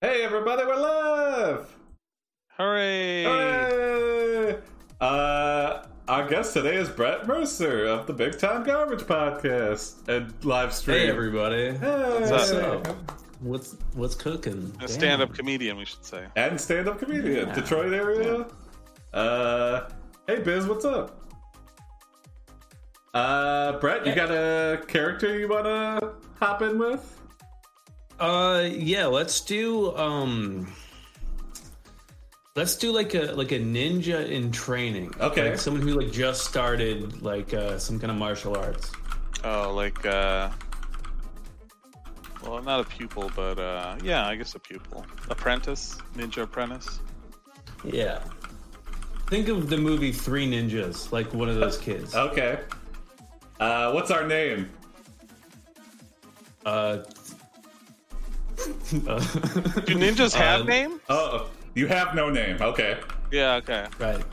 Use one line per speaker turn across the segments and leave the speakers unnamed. Hey, everybody, we're live!
Hooray!
Hooray! Uh, our guest today is Brett Mercer of the Big Time Garbage Podcast and live stream.
Hey everybody!
Hey.
What's
up? What's what's cooking?
A stand-up comedian, we should say.
And stand up comedian,
Yeah.
Detroit area. Uh, hey, Biz, what's up? Uh, Brett, you
Hey.
got a character you want to hop in with?
Uh, yeah. Let's do um. Let's do like a like a ninja in training.
Okay.
Like someone who like just started like uh, some kind of martial arts.
Oh, like, uh... Well, not a pupil, but, uh... Yeah, I guess a pupil. Apprentice? Ninja apprentice?
Yeah. Think of the movie Three Ninjas, like one of
Oh.
those kids.
Okay. Uh, what's our name?
Uh,
Do ninjas have
Uh,
name?
Oh, you have no name. Okay.
Yeah, okay.
right.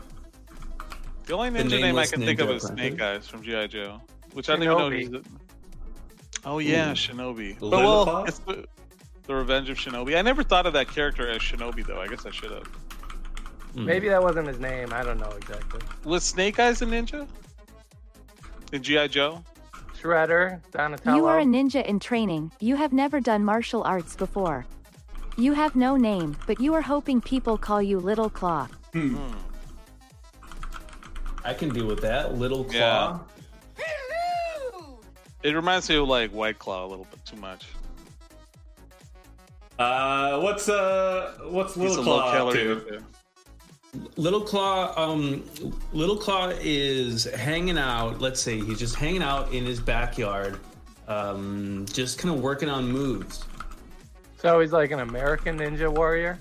The only ninja name I
nameless
can think of
ninja
is Snake Eyes from G.I. Joe. Which I don't even know
Shinobi.
is Oh, yeah, Shinobi. But,
Lillipup?
well, it's the, the Revenge of Shinobi. I never thought of that character as Shinobi, though. I guess I should have.
Maybe that wasn't his name. I don't know exactly.
Was Snake Eyes a ninja? In G.I. Joe?
Shredder, Donatello.
You are a ninja in training, you have never done martial arts before. You have no name, but you are hoping people call you Little Claw.
I can deal with that. Little Claw.
Yeah. It reminds me of like White Claw a little bit too much.
Uh, what's uh, what's
He's
Little
a low
Claw up
calorie
to?
ninja.
Little Claw, um, Little Claw is hanging out. Let's say he's just hanging out in his backyard, um, just kind of working on moves.
So he's like an American Ninja Warrior.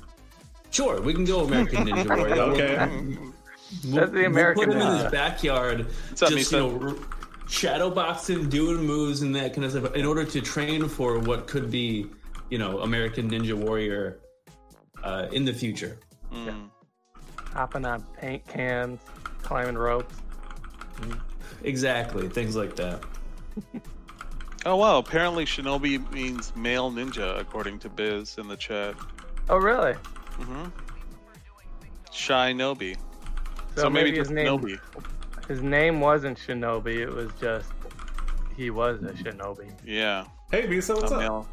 Sure, we can go American Ninja Warrior. We'll-
Okay.
we'll,
That's the
we'll
American
put him in
Ninja.
his backyard,
up,
just you
Misa?
know, r- shadow boxing, doing moves and that kind of stuff, in order to train for what could be, you know, American Ninja Warrior uh, in the future.
Mm.
Hopping on paint cans, climbing ropes.
Exactly, things like that.
Oh wow! Apparently, Shinobi means male ninja, according to Biz in the chat.
Oh, really?
Mm-hmm. Shinobi.
So, maybe, his name
Shinobi.
his name wasn't Shinobi. It was just he was a Shinobi.
Yeah.
Hey, Misa, what's
a
up?
male.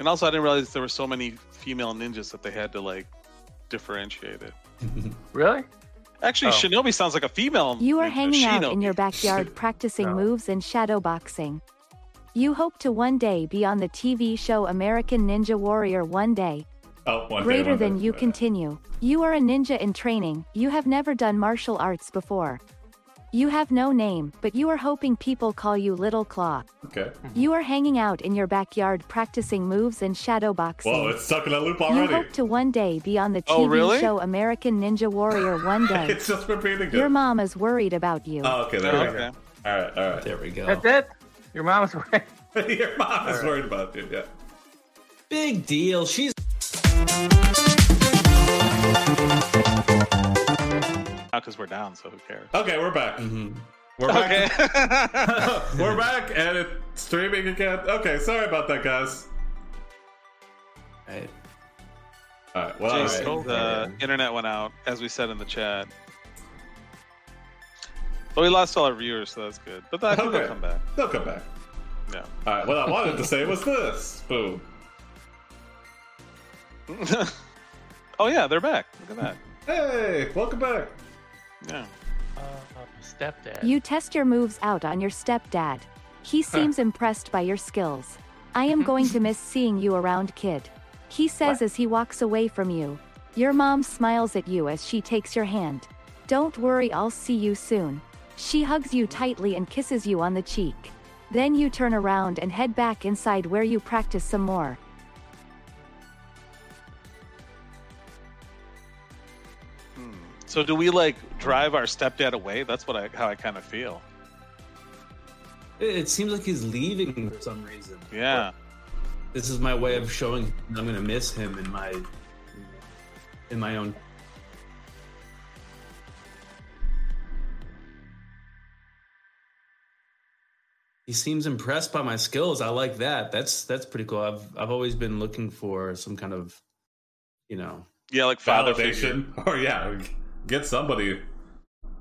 And also, I didn't realize there were so many female ninjas that they had to like differentiate it.
Really?
Actually,
Oh.
Shinobi sounds like a female.
You are
ninja.
hanging out in
Shinobi.
your backyard practicing
No.
moves and shadow boxing. You hope to one day be on the TV show American Ninja Warrior one day.
Oh, one day,
Greater
one
than
day.
you continue. You are a ninja in training, you have never done martial arts before. You have no name, but you are hoping people call you Little Claw.
Okay.
You are hanging out in your backyard practicing moves and shadow boxing.
Whoa, it's stuck in a loop
you
already.
hope to one day be on the TV
Oh, really?
show American Ninja Warrior one day.
It's just repeating it.
Your mom is worried about you.
Oh, okay,
Oh,
there we
okay.
go. All right, all right.
There we go.
That's it. Your mom's way.
Your mom is worried about you. Yeah.
Big deal. She's
Not because we're down, so who cares?
Okay, we're back.
mm-hmm,
We're back.
Okay.
we're back, and it's streaming again. Okay, sorry about that, guys.
Right.
All right. Well, all
Jason,
right.
the internet went out, as we said in the chat. But we lost all our viewers, so that's good. But I think
Okay.
they'll come back.
They'll come back.
Yeah.
All right. What I wanted to say was this. Boom.
oh yeah, they're back. Look at that.
Hey, welcome back.
Yeah.
Uh, stepdad.
You test your moves out on your stepdad. He seems impressed by your skills. I am going to miss seeing you around, kid. He says as he walks away from you. Your mom smiles at you as she takes your hand. Don't worry, I'll see you soon. She hugs you tightly and kisses you on the cheek. Then you turn around and head back inside where you practice some more.
So do we like drive our stepdad away? That's what I how I kind of feel.
It it seems like he's leaving for some reason.
Yeah.
This is my way of showing him I'm going to miss him in my in my own. He seems impressed by my skills. I like that. That's that's pretty cool. I've I've always been looking for some kind of, you know,
Yeah, like
Oh,
father figure.
Validation. Or yeah, get somebody.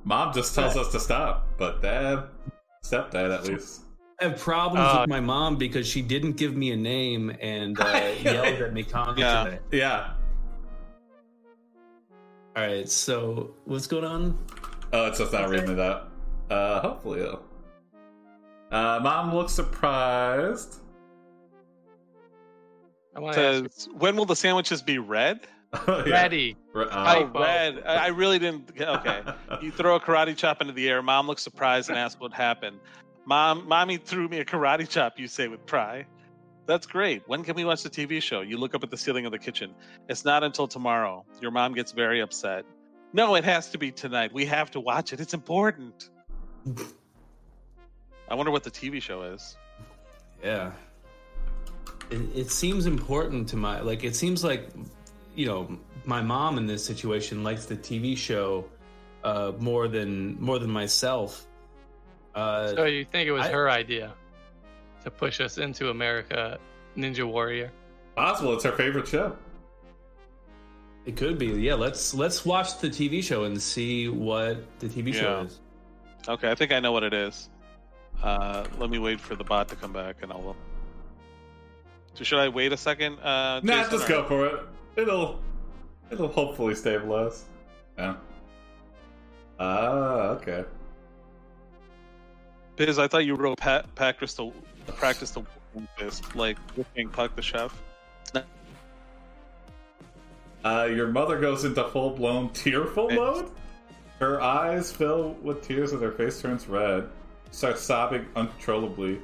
Mom just tells us to stop, but dad, stepdad at least.
I have problems
Uh,
with my mom because she didn't give me a name and uh, yelled at me constantly.
Yeah.
Yeah.
All right, so what's going on?
Oh, it's just not reading it out. Uh, hopefully it'll. Uh, mom looks surprised.
I want to ask
Says, when will the sandwiches be red?
Yeah.
you, ready.
Re-
Oh,
uh,
Right.
red. I I really didn't. Oh, Okay. You throw a karate chop into the air. Mom looks surprised and asks what happened. Mom, mommy threw me a karate chop. You say with pride. That's great. When can we watch the TV show? You look up at the ceiling of the kitchen. It's not until tomorrow. Your mom gets very upset. No, it has to be tonight. We have to watch it. It's important. I wonder what the TV show is.
Yeah. It, it seems important to my like it seems like you know, my mom in this situation likes the TV show uh more than more than myself. Uh
So you think it was
I-
her idea to push us into America, Ninja Warrior?
Possible it's her favorite show.
it could be. Yeah, let's let's watch the TV show and see what the TV show
Yeah.
is.
Okay, I think I know what it is. Uh, let me wait for the bot to come back, and I'll. So should I wait a second?
Nah,
Uh, Jason,
just
or-
go for it. It'll, it'll hopefully stabilize. Yeah. Ah, okay.
Biz, I thought you wrote pa- practice the practice the warrior fist, like whipping Puck the chef.
Uh, your mother goes into full blown tearful mode. Her eyes fill with tears and her face turns red. She starts sobbing uncontrollably.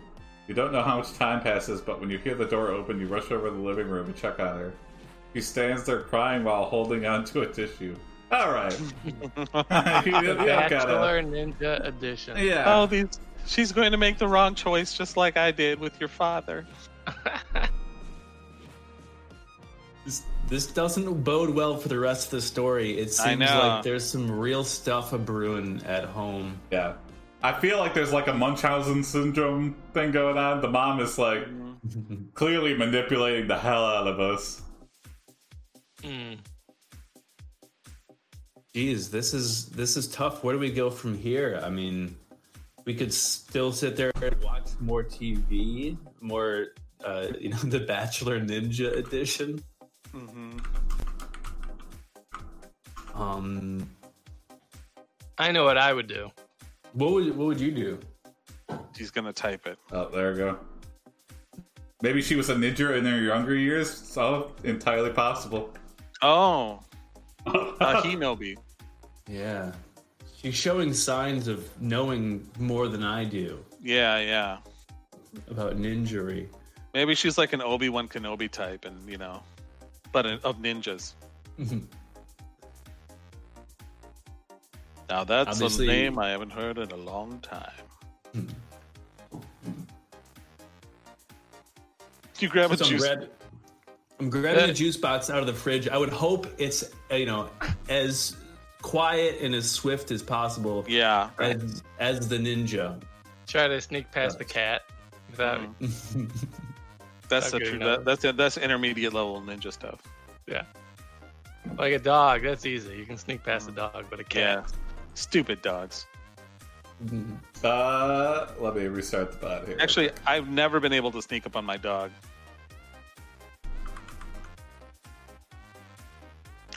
You don't know how much time passes, but when you hear the door open, you rush over to the living room and check on her. She stands there crying while holding onto a tissue. All right. You- you got it.
Bachelor Ninja Edition.
Yeah.
Oh, these. She's going to make the wrong choice, just like I did with your father.
This, this doesn't bode well for the rest of the story. It
I
seems
know.
like there's some real stuff a brewing at home.
Yeah. I feel like there's like a Munchausen syndrome thing going on. The mom is like clearly manipulating the hell out of us.
Mm.
Geez, this is this is tough. Where do we go from here? I mean, we could still sit there and watch more TV, more uh, you know, the Bachelor Ninja edition.
hmm
Um,
I know what I would do.
what would what would you do?
She's gonna type it.
Oh, there we go. Maybe she was a ninja in her younger years. So entirely possible.
Oh, uh, Hinobi.
Yeah, she's showing signs of knowing more than I do
Yeah, yeah.
about ninjury.
Maybe she's like an Obi Wan Kenobi type, and you know, but an, of ninjas. Now that's
Obviously-
a name I haven't heard in a long time. you grab a
So I'm,
juice. Eh.
grab- I'm grabbing
Yeah.
the juice box out of the fridge. I would hope it's uh, you know as quiet and as swift as possible
Yeah.
as as the ninja.
Try to sneak past the cat without.
Mm. That's the
Okay,
true.
no.
That, that's that's intermediate level ninja stuff.
Like a dog, that's easy. You can sneak past a dog, but a
Yeah.
cat.
Stupid dogs.
Uh, let me restart the bot here.
Actually, I've never been able to sneak up on my dog.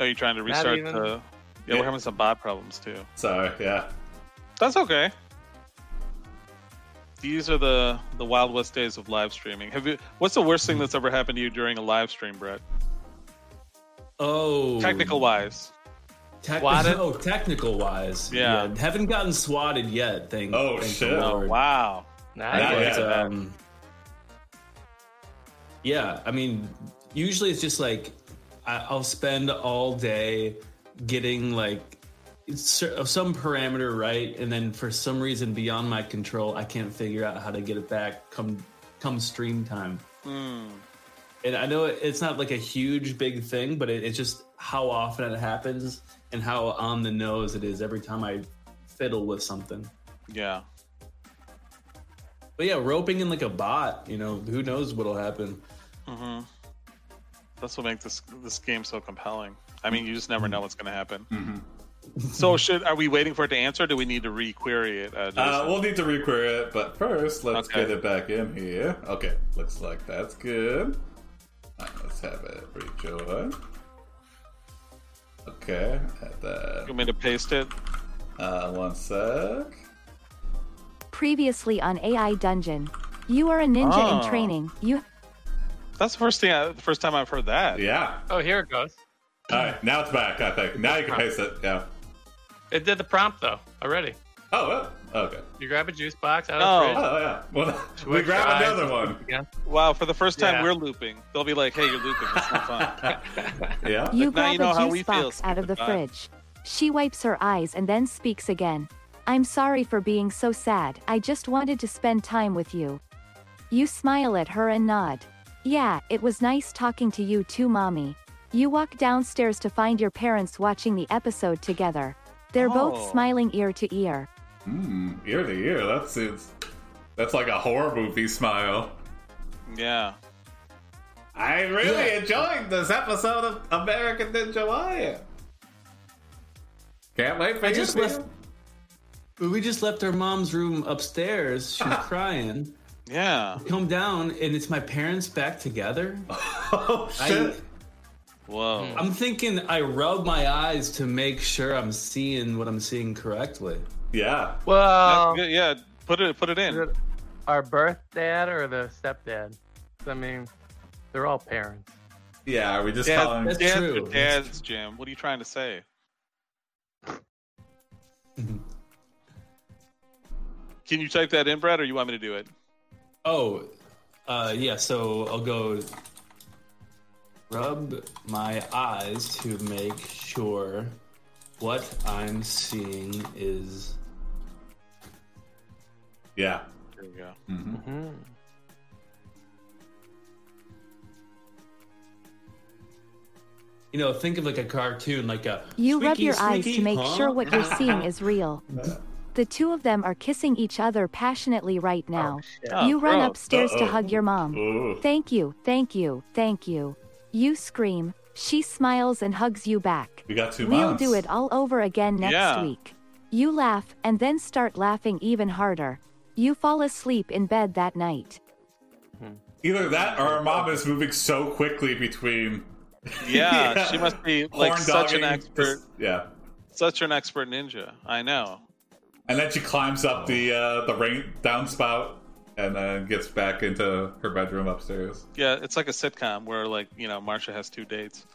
Are you trying to restart
even-
the? Yeah,
Yeah.
we're having some bot problems too.
sorry. Yeah.
That's okay. These are the the Wild West days of live streaming. Have you? What's the worst thing that's ever happened to you during a live stream, Brett?
Oh,
Technical wise,
Tec-
Swatted?
Oh, technical wise.
Yeah.
haven't gotten swatted yet. Thank.
Oh,
thank
shit.
the
Oh,
Lord.
wow.
Nice.
Yeah,
But,
yeah.
um, yeah, I mean, usually it's just like I, I'll spend all day getting like it's cer- some parameter right, and then for some reason beyond my control, I can't figure out how to get it back. Come come stream time.
Hmm.
And I know it- it's not like a huge big thing, but it, it's just how often it happens and how on the nose it is every time I fiddle with something.
Yeah.
But yeah, roping in like a bot, you know, who knows what'll happen.
hmm That's what makes this this game so compelling. I mean, you just never know what's going to happen.
Mhm.
So, should are we waiting for it to answer? Or do we need to re-query it? Uh,
Uh,
Jason?
we'll need to requery it, but first, let's
Okay.
get it back in here. Okay, looks like that's good. All right, let's have it rejoin. Okay, add
you
that.
want me to paste it?
Uh, one sec.
Previously on AI Dungeon, you are a ninja
Oh.
in training. You
That's the first thing. I, the first time I've heard that.
Yeah.
Oh, here it goes.
All right, now it's back. I think now you can paste it. Yeah.
It did the prompt though already.
Oh, well, okay.
You grab a juice box out
Oh.
of the fridge.
Oh yeah. Well, we
Twitch
grab
eyes.
another one.
Wow, for the first time
Yeah.
we're looping. They'll be like, "Hey, you're looping. That's not fun."
yeah.
you
Now
grab
you know how
a
we
juice
feel,
box out of the
Skip the bot.
fridge. She wipes her eyes and then speaks again. I'm sorry for being so sad. I just wanted to spend time with you. You smile at her and nod. Yeah, it was nice talking to you too, mommy. You walk downstairs to find your parents watching the episode together. They're
Oh.
both smiling ear to ear.
Hmm. Ear to ear. That seems. That's like a horror movie smile.
Yeah.
I really
Yeah.
enjoyed this episode of American Ninja Warrior. Can't wait for
I
you.
just
to-
left- But we just left our mom's room upstairs. She was
Ah.
crying.
Yeah.
Come down, and it's my parents back together.
Oh
I,
shit!
Whoa.
I'm thinking I rub my eyes to make sure I'm seeing what I'm seeing correctly.
Yeah.
Well,
Yeah, yeah. Put it. Put it
is
in.
it our birth dad or the stepdad? 'Cause, I mean, they're all parents.
Yeah. Are we just
Yeah,
calling?
that's-
Dad's
true.
your dad's Jim. What are you trying to say? Can you type that in, Brad, or you want me to do it?
Oh, uh, yeah. So I'll go rub my eyes to make sure what I'm seeing is.
Yeah.
There you go.
Mhm.
Hmm.
You know, think of like a cartoon, like a.
You rub
squeaky,
your eyes
squeaky,
to make
huh?
sure what you're seeing is real. The two of them are kissing each other passionately right now.
Oh, shit.
Oh,
you run
gross.
upstairs
Uh-oh.
to hug your mom.
Ooh.
Thank you, thank you, thank you. You scream. She smiles and hugs you back.
We got 2
We'll
months.
do it all over again next
Yeah.
week. You laugh and then start laughing even harder. You fall asleep in bed that night.
Either that, or our mom is moving so quickly between.
Yeah, she must be like
horn
such an
dogging,
expert,
just- yeah.
such an expert ninja. I know.
And then she climbs up the uh, the rain downspout and then gets back into her bedroom upstairs.
Yeah, it's like a sitcom where like you know Marsha has two dates.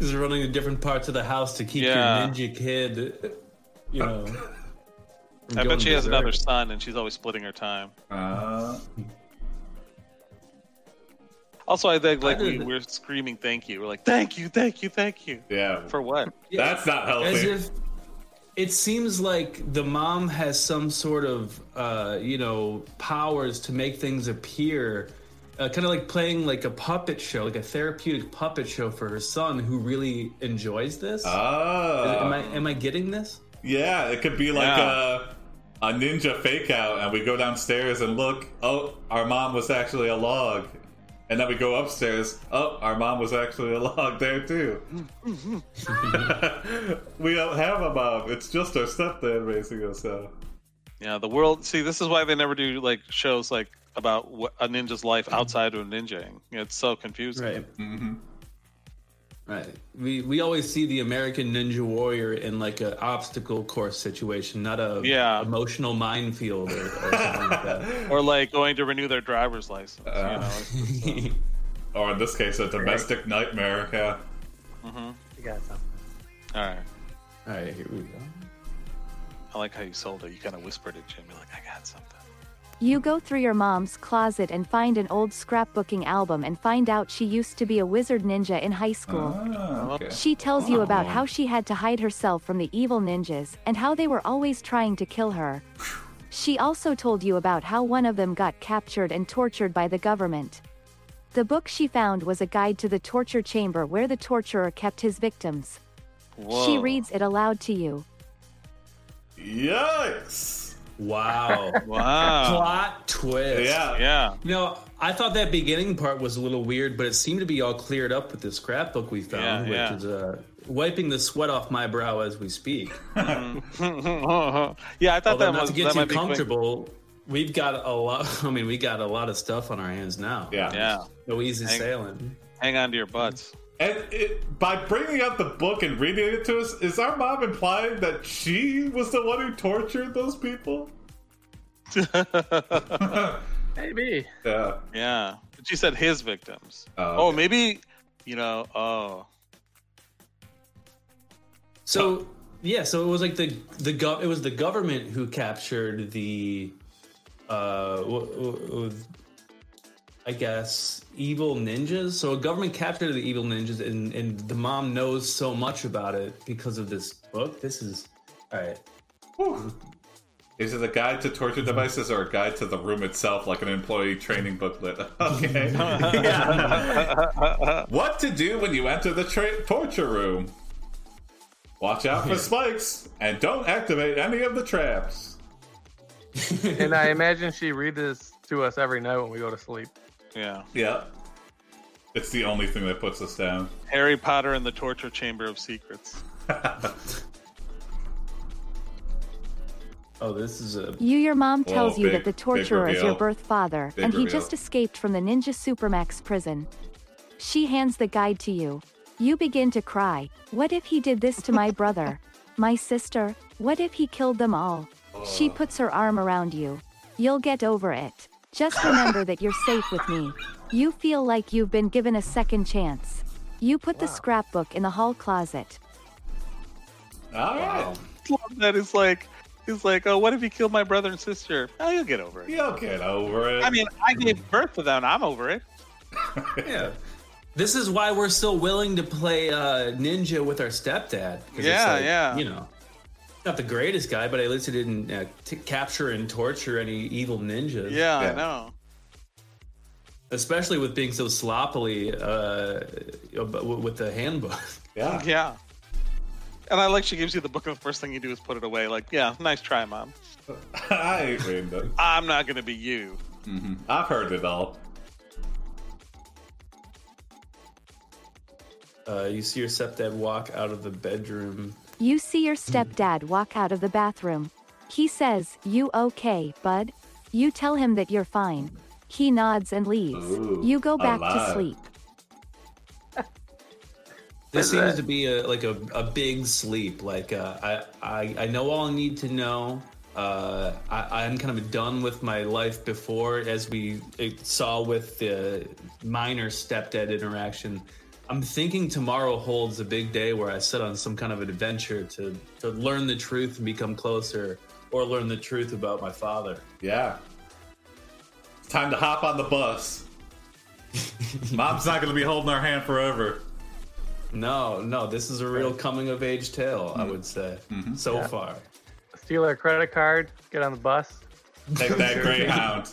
Is running to different parts of the house to keep
Yeah.
your ninja kid, you know. from
I
going
bet she has
berserk.
another son, and she's always splitting her time.
Uh,
Also, I think like we,
did-
we're screaming "thank you." We're like "thank you, thank you, thank you"
yeah,
for what?
that's not
as
healthy.
if it seems like the mom has some sort of uh, you know powers to make things appear uh, kind of like playing like a puppet show like a therapeutic puppet show for her son who really enjoys this
Oh,
am i am i getting this
yeah, it could be like
Yeah.
a, a ninja fake out, and we go downstairs and look. Oh, our mom was actually a log, and then we go upstairs. Oh, our mom was actually a log there too. we don't have a mom; it's just our stepdad raising us. uh, So.
Yeah, the world. See, this is why they never do like shows like about wh- a ninja's life outside of ninjaing. It's so confusing.
right
Mhm.
right we we always see the american ninja warrior in like an obstacle course situation not a
Yeah.
emotional minefield or, or something like that
Or like going to renew their driver's license.
Uh.
you know? It's-
Or in this case, a domestic nightmare. Yeah.
You got something.
All right.
all right here we go
I like how you sold it. You kind of whispered it, Jim. You're like, I got something.
You go through your mom's closet and find an old scrapbooking album and find out she used to be a wizard ninja in high school.
Ah, okay.
She tells you about how she had to hide herself from the evil ninjas and how they were always trying to kill her. She also told you about how one of them got captured and tortured by the government. The book she found was a guide to the torture chamber where the torturer kept his victims.
Whoa.
She reads it aloud to you.
Yikes!
Wow.
Wow.
Plot twist.
Yeah.
Uh, Yeah.
You know, I thought that beginning part was a little weird, but it seemed to be all cleared up with this scrapbook we found,
Yeah,
which
yeah.
is uh, wiping the sweat off my brow as we speak.
yeah, I thought
Although
that
not
was
to get
that
too
might be quick.
comfortable, we've got a lot. I mean, we got a lot of stuff on our hands now.
Yeah.
Yeah.
No easy
Hang-
sailing.
Hang on to your butts.
And it, by bringing out the book and reading it to us, is our mom implying that she was the one who tortured those people?
Maybe.
Yeah.
yeah. But she said his victims.
Oh,
Oh, maybe you know, oh.
So yeah, so it was like the the gov- it was the government who captured the, uh, w- w- w- I guess evil ninjas. So a government captured the evil ninjas, and and the mom knows so much about it because of this book. This is all right.
Whew. Is it a guide to torture devices or a guide to the room itself, like an employee training booklet? Okay. Yeah. What to do when you enter the tra- torture room? Watch out for spikes and don't activate any of the traps.
And I imagine she reads this to us every night when we go to sleep.
Yeah.
Yeah. It's the only thing that puts us down.
Harry Potter and the Torture Chamber of Secrets.
Oh, this is a
You, your mom tells
Oh,
you
big-
that the
big
torturer is your
reveal.
birth father,
Big
and he
reveal.
just escaped from the Ninja Supermax prison. She hands the guide to you. You begin to cry. What if he did this to my brother? My sister? What if he killed them all? She
Uh.
puts her arm around you. You'll get over it. Just remember that you're safe with me. You feel like you've been given a second chance. You put the scrapbook in the hall closet.
All right.
That is like he's like, Oh, what if he killed my brother and sister? Oh, you'll get over it.
You'll get over it.
I mean, I gave birth to them. I'm over it.
yeah. This is why we're still willing to play uh, ninja with our stepdad. 'Cause it's
Yeah, yeah.
You know, not the greatest guy, but at least it didn't uh, t- capture and torture any evil ninjas.
Yeah,
Yeah.
I know.
especially with being so sloppily uh, ab- with the handbook.
yeah.
Yeah. And I like she gives you the book, and the first thing you do is put it away. Like, yeah, nice try, mom.
I ain't reading them.
I'm not gonna be you.
I've heard it all.
Uh, you see your stepdad walk out of the bedroom.
You see your stepdad walk out of the bathroom. He says, You okay, bud? You tell him that you're fine. He nods and leaves.
Ooh,
you go back
alive.
to sleep.
This seems to be a, like a, a big sleep. Like uh, I, I I know all I need to know. Uh, I, I'm kind of done with my life before, as we uh, saw with the minor stepdad interaction. I'm thinking tomorrow holds a big day where I set on some kind of adventure to to learn the truth and become closer, or learn the truth about my father.
Yeah. It's time to hop on the bus. Mom's not going to be holding our hand forever.
No, no, this is a real coming of age tale, I would say, so far.
Steal her credit card, get on the bus.
Take that greyhound.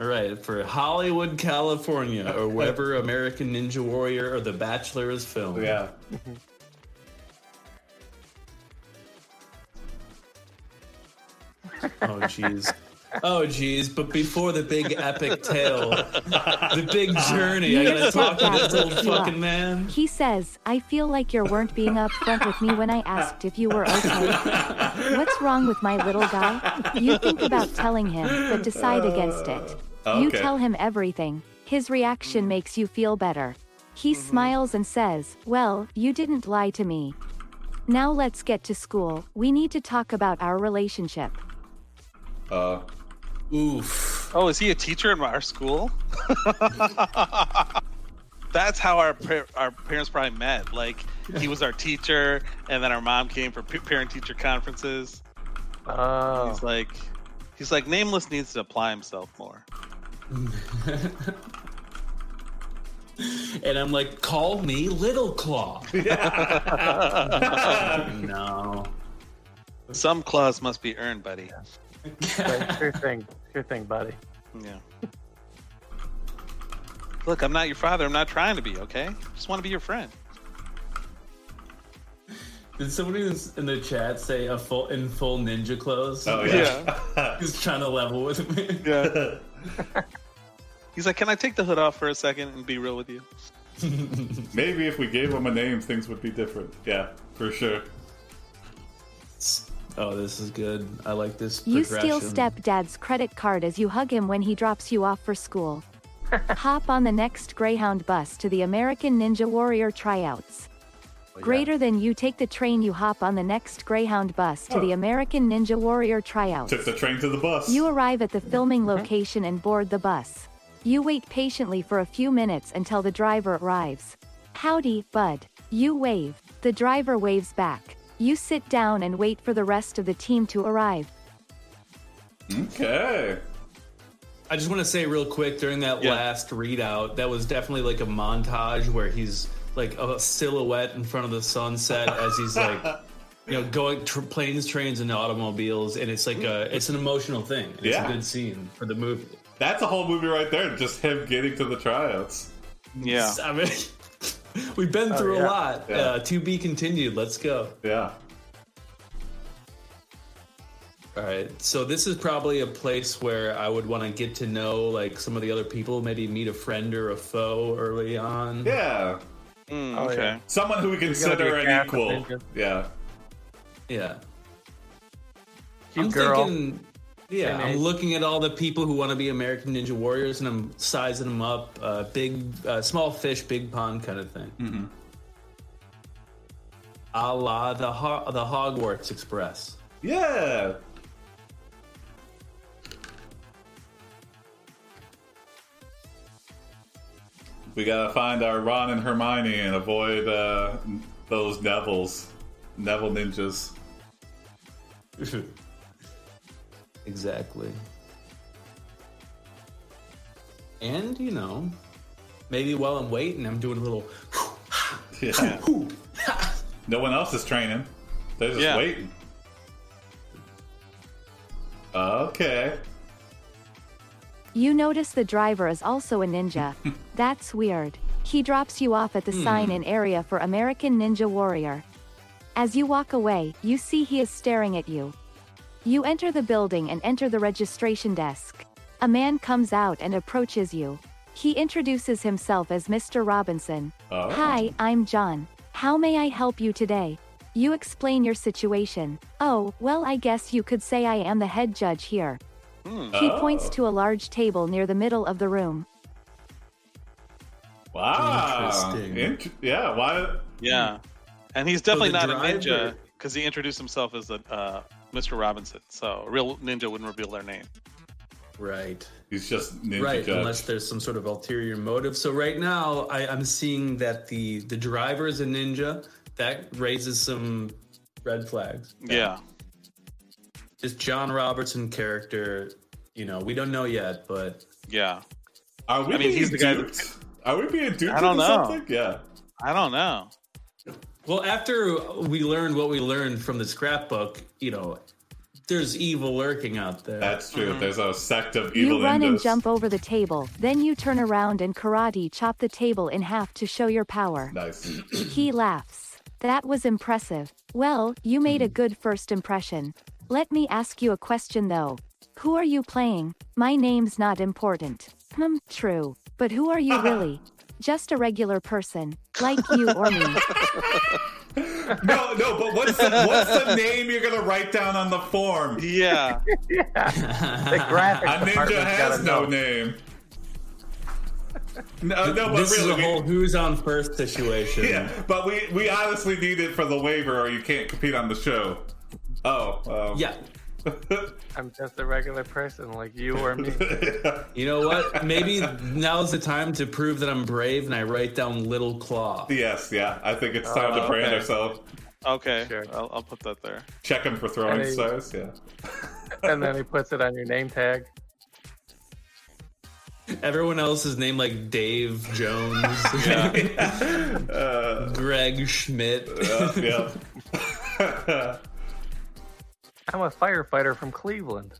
All right, for Hollywood, California, or wherever American Ninja Warrior or The Bachelor is filmed.
Yeah.
Oh, jeez. Oh, jeez. But before the big epic tale, the big journey, I gotta
Yes,
talk to this
Papa.
old fucking man.
He says, I feel like you weren't being upfront with me when I asked if you were okay. What's wrong with my little guy? You think about telling him, but decide against it. You
okay.
tell him everything. His reaction makes you feel better. He smiles and says, Well, you didn't lie to me. Now let's get to school. We need to talk about our relationship.
Uh,
Oof.
Oh, is he a teacher in our school? That's how our par- our parents probably met. Like he was our teacher, and then our mom came for parent teacher conferences.
Oh,
He's like, he's like, nameless needs to apply himself more.
And I'm like, call me Little Claw. no.
Some claws must be earned, buddy.
like, sure thing, sure thing, buddy.
Yeah. Look, I'm not your father. I'm not trying to be. Okay, just want to be your friend.
Did somebody who's in the chat say a full in full ninja clothes?
Oh yeah.
He's trying to level with me.
Yeah. He's like, can I take the hood off for a second and be real with you?
Maybe if we gave him a name, things would be different. Yeah, for sure.
Oh, this is good. I like this.
You
progression.
steal stepdad's credit card as you hug him when he drops you off for school. Hop on the next Greyhound bus to the American Ninja Warrior tryouts. Greater than you take the train, you hop on the next Greyhound bus to
Oh.
the American Ninja Warrior tryouts.
Took the train to the bus. Uh-huh.
You arrive at the filming location and board the bus. You wait patiently for a few minutes until the driver arrives. Howdy, bud. You wave. The driver waves back. You sit down and wait for the rest of the team to arrive.
okay.
I just want to say real quick during that
Yeah.
last readout, that was definitely like a montage where he's like a silhouette in front of the sunset as he's like, you know, going tr- planes, trains, and automobiles, and it's like a it's an emotional thing. It's
Yeah.
a good scene for the movie.
That's a whole movie right there. Just him getting to the tryouts.
Yeah.
I mean, we've been through a
yeah.
lot.
Yeah.
Uh, to be continued. Let's go.
Yeah.
All right. So this is probably a place where I would want to get to know like some of the other people, maybe meet a friend or a foe early on.
Yeah.
Mm,
Oh, yeah.
okay.
Someone who we
gotta be
consider
a
an
cast
equal.
ninja.
Yeah.
Yeah.
Cute
I'm
girl.
thinking yeah,
Same
I'm
age.
looking at all the people who want to be American Ninja Warriors and I'm sizing them up, uh, big uh, small fish, big pond kind of thing. Mm-hmm. A la the Ho- the Hogwarts Express.
Yeah. We gotta find our Ron and Hermione and avoid uh, those Neville's, Neville ninjas.
exactly. And you know, maybe while I'm waiting, I'm doing a little.
Yeah. no one else is training. They're just
Yeah.
waiting. Okay.
You notice the driver is also a ninja. That's weird. He drops you off at the sign in area for American Ninja Warrior. As you walk away, you see he is staring at you. You enter the building and enter the registration desk. A man comes out and approaches you. He introduces himself as Mr. Robinson.
Oh.
Hi, I'm John. How may I help you today? You explain your situation. Oh, well, I guess you could say I am the head judge here. He points
Oh.
to a large table near the middle of the room.
Oh, Wow.
Interesting.
Int- yeah. Why?
Yeah. And he's definitely
the
not a ninja
driver-
because he introduced himself as a uh, Mr. Robinson. So a real ninja wouldn't reveal their name.
Right.
He's just ninja
right
judge.
unless there's some sort of ulterior motive so right now I, i'm seeing that the the driver is a ninja that raises some red flags
Yeah.
this john robertson character you know we don't know yet but
Yeah.
Are we
I mean,
being
he's the guy that-
duped? Are we being duped
I don't
into
know.
something? Yeah.
I don't know.
well after we learned what we learned from the scrapbook you know there's evil lurking out there
That's true. There's a sect of evil
You run
ninjas.
and jump over the table, then you turn around and karate chop the table in half to show your power.
Nice.
He laughs. That was impressive. Well, you made a good first impression. Let me ask you a question though. Who are you playing? My name's not important. Hmm, true. But who are you really? Just a regular person, like you or me.
no, no. But what's the, what's the name you're gonna write down on the form?
Yeah.
The
A
graphics
ninja
department's
has
gotta
no
know.
name. No, no, but
this
really,
is a
we-
whole who's on first situation
yeah. But we we honestly need it for the waiver, or you can't compete on the show. Oh, um,
yeah
I'm just a regular person like you or me.
you know what maybe now's the time to prove that i'm brave and i write down little claw
yes, yeah. I think it's time to
Oh,
brand
okay.
ourselves.
Okay.
Sure.
I'll, I'll put that there.
Check him for throwing
Hey.
stars. Yeah.
and then he puts it on your name tag.
Everyone else's name like Dave Jones,
Uh,
Greg Schmidt.
yeah. yeah.
I'm a firefighter from Cleveland.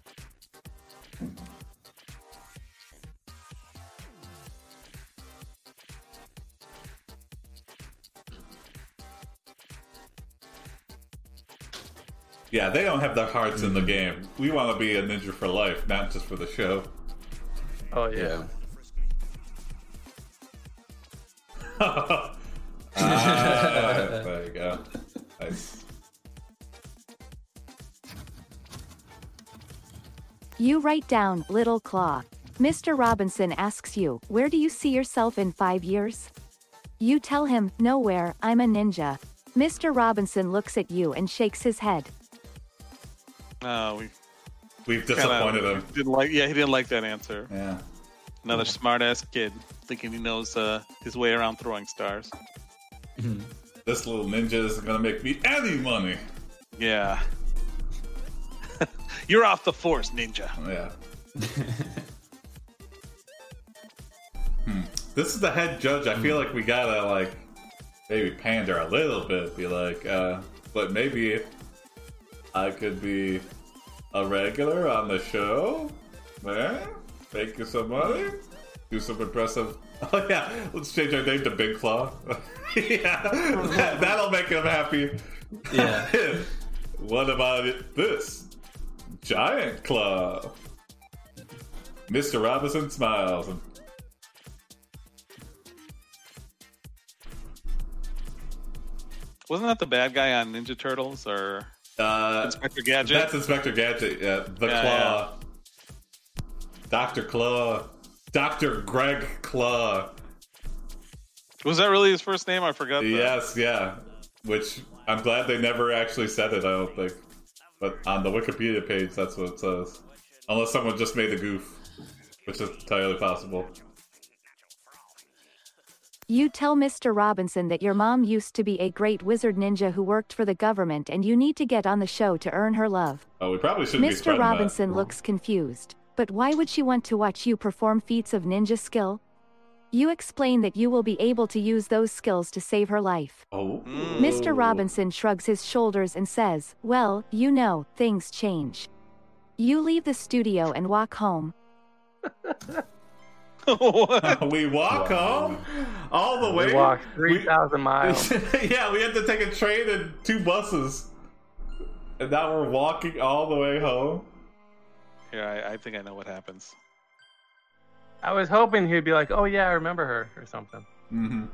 Yeah, they don't have their hearts in the game. We want to be a ninja for life, not just for the show.
Oh yeah.
Yeah.
Ah, there you go. Nice.
You write down, Little Claw. Mr. Robinson asks you, Where do you see yourself in five years? You tell him, Nowhere, I'm a ninja. Mr. Robinson looks at you and shakes his head.
No, Uh, we
We've
kind
disappointed him.
of didn't like. Yeah, he didn't like that answer.
Yeah.
Another smart ass kid thinking he knows uh, his way around throwing stars.
This little ninja isn't going to make me any money.
Yeah. You're off the force, ninja.
Yeah. Hmm. This is the head judge. I feel like we gotta like maybe pander a little bit, be like, uh, but maybe I could be a regular on the show. Eh? Thank you so much. Do some impressive. Oh yeah, let's change our name to Big Claw. yeah, that, that'll make him happy.
Yeah.
what about it? this? Giant Claw. Mr. Robinson smiles. and-
Wasn't that the bad guy on Ninja Turtles or
Uh,
Inspector Gadget?
that's Inspector Gadget. Yeah, the
Yeah,
Claw. Dr. Claw. Dr. Greg Claw.
Was that really his first name? I forgot. that.
Yes, yeah. Which I'm glad they never actually said it, I don't think. But on the Wikipedia page, that's what it says. Unless someone just made a goof, which is entirely possible.
You tell Mr. Robinson that your mom used to be a great wizard ninja who worked for the government and you need to get on the show to earn her love.
Oh, we probably shouldn't be
Mr.
spreading
Robinson looks confused, but why would she want to watch you perform feats of ninja skill? You explain that you will be able to use those skills to save her life.
That. Oh.
Mr. Robinson shrugs his shoulders and says, Well, you know, things change. You leave the studio and walk home.
What?
we walk home all the way.
We walked
we-
3,000 miles.
yeah, we had to take a train and two buses, and now we're walking all the way home.
Here, I, I think I know what happens.
I was hoping he'd be like, oh, yeah, I remember her or something.
Mm-hmm.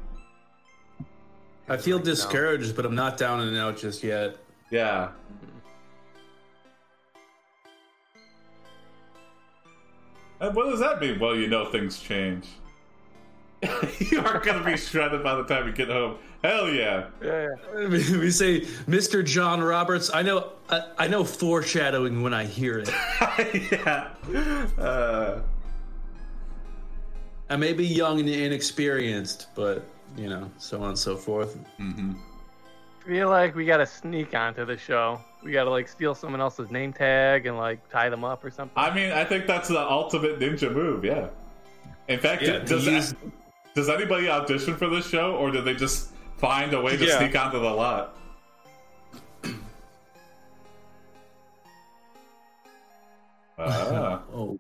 I feel discouraged, but I'm not down and out just yet.
Yeah. And what does that mean? Well, you know things change. you are gonna be shredded by the time you get home. Hell yeah!
Yeah,
we say, Mr. John Roberts. I know. I, I know foreshadowing when I hear it.
yeah. Uh,
I may be young and inexperienced, but you know, so on and so forth.
I feel like we got to sneak onto the show. We got to, like, steal someone else's name tag and, like, tie them up or something.
I mean, I think that's the ultimate ninja move. Yeah. In fact,
Yeah,
does
he's-
does anybody audition for this show, or do they just find a way to
Yeah.
sneak onto the lot? Ah.
Oh,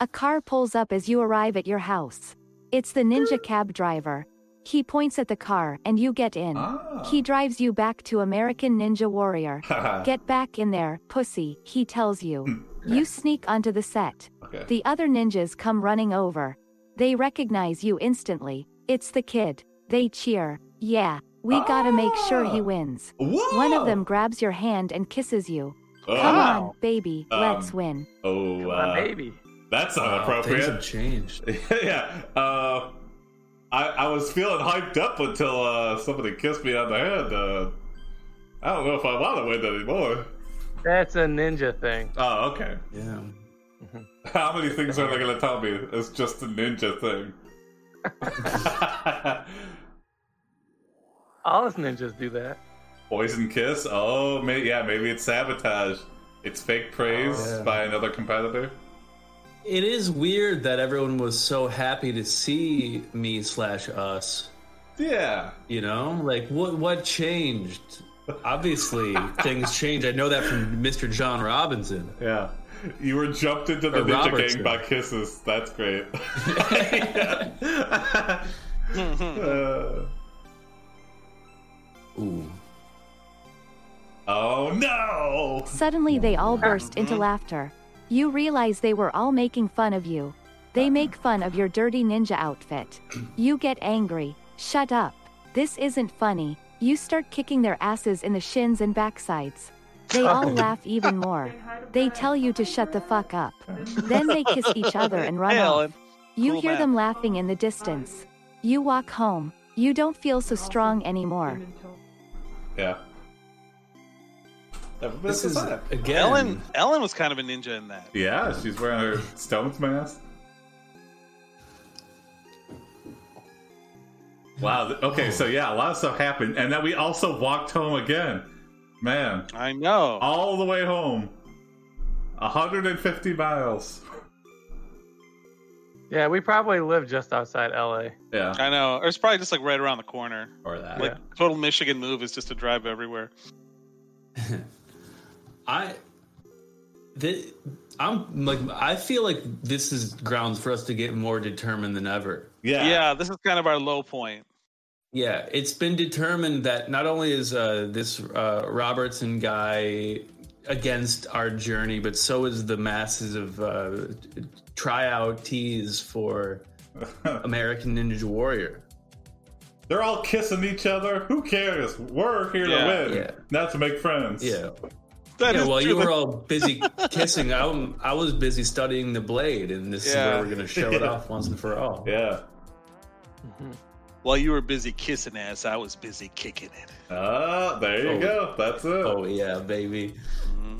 A car pulls up as you arrive at your house. It's the ninja cab driver. He points at the car, and you get in.
Ah.
He drives you back to American Ninja Warrior. Get back in there, pussy, he tells you. You sneak onto the set.
okay.
The other ninjas come running over. They recognize you instantly. It's the kid. They cheer. Yeah, we gotta make sure he
Ah.
wins.
Whoa!
One of them grabs your hand and kisses you. Come
Ah.
on, baby,
Um,
let's win.
Oh,
Come
uh,
on, baby.
that's not
wow, things have
appropriate.
changed.
yeah. Uh, I I was feeling hyped up until uh, somebody kissed me on the head. Uh, I don't know if I want to win anymore.
That's a ninja thing.
Oh, okay.
Yeah.
How many things are they going to tell me? It's just a ninja thing.
All us ninjas do that.
Poison kiss? Oh, may- yeah, maybe it's sabotage. It's fake praise
Oh, yeah.
by another competitor.
It is weird that everyone was so happy to see me slash us.
Yeah.
You know, like what what changed? Obviously, things change. I know that from Mr. John Robinson.
Yeah. You were jumped into the
Or
ninja gang
Robertson.
by kisses. That's great. Yeah. Uh,
Ooh.
oh no! Oh.
Suddenly, they all burst into
Mhm.
laughter. You realize they were all making fun of you. They make fun of your dirty ninja outfit. You get angry. Shut up. This isn't funny. You start kicking their asses in the shins and backsides. They all laugh even more. They tell you to shut the fuck up. Then they kiss each other and run
Hey,
off.
Ellen.
You
Cool
hear
man.
them laughing in the distance. You walk home. You don't feel so strong anymore.
Yeah. Never been
This
to
is
Sonic.
again.
Ellen Ellen was kind of a ninja in that.
Yeah, she's wearing her stones mask. Wow. th- Okay, so yeah, a lot of stuff happened, and then we also walked home again. Man,
I know.
all the way home, 150 miles.
Yeah, we probably live just outside LA.
Yeah,
I know. Or it's probably just like right around the corner.
or that.
Like total Michigan move is just to drive everywhere.
I, thi- I'm like, I feel like this is grounds for us to get more determined than ever.
yeah,
Yeah. this is kind of our low point.
Yeah, it's been determined that not only is uh, this uh, Robertson guy against our journey, but so is the masses of uh, tryoutees for American Ninja Warrior.
They're all kissing each other. Who cares? We're here
Yeah.
to win,
Yeah.
not to make friends.
Yeah,
That
yeah.
is
Well,
true.
you were all busy kissing. I, I was busy studying the blade, and this is
Yeah.
where we're going to show it off once and for all.
yeah.
While you were busy kissing ass, I was busy kicking it.
Ah, there you
Oh.
go. That's it.
Oh yeah, baby.
Mm-hmm.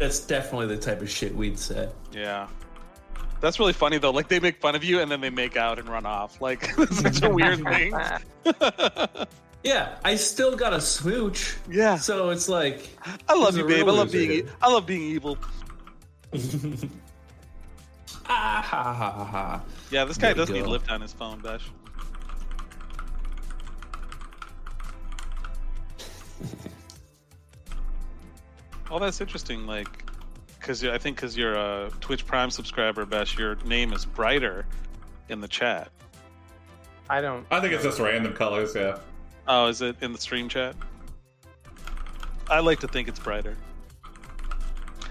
That's definitely the type of shit we'd say.
Yeah. That's really funny though. Like they make fun of you and then they make out and run off. Like it's such a weird thing.
Yeah, I still got a smooch.
Yeah.
So it's like ah,
I love
He's
you,
a
babe. I
real
love being
loser.
e- I love being evil.
ah ha ha ha ha.
Yeah, this guy
There we
does need
go.
lift on his phone, Besh. well, that's interesting. Like, because I think because you're a Twitch Prime subscriber, Besh, your name is brighter in the chat.
I don't.
I think it's just random colors. Yeah.
Oh, is it in the stream chat? I like to think it's brighter.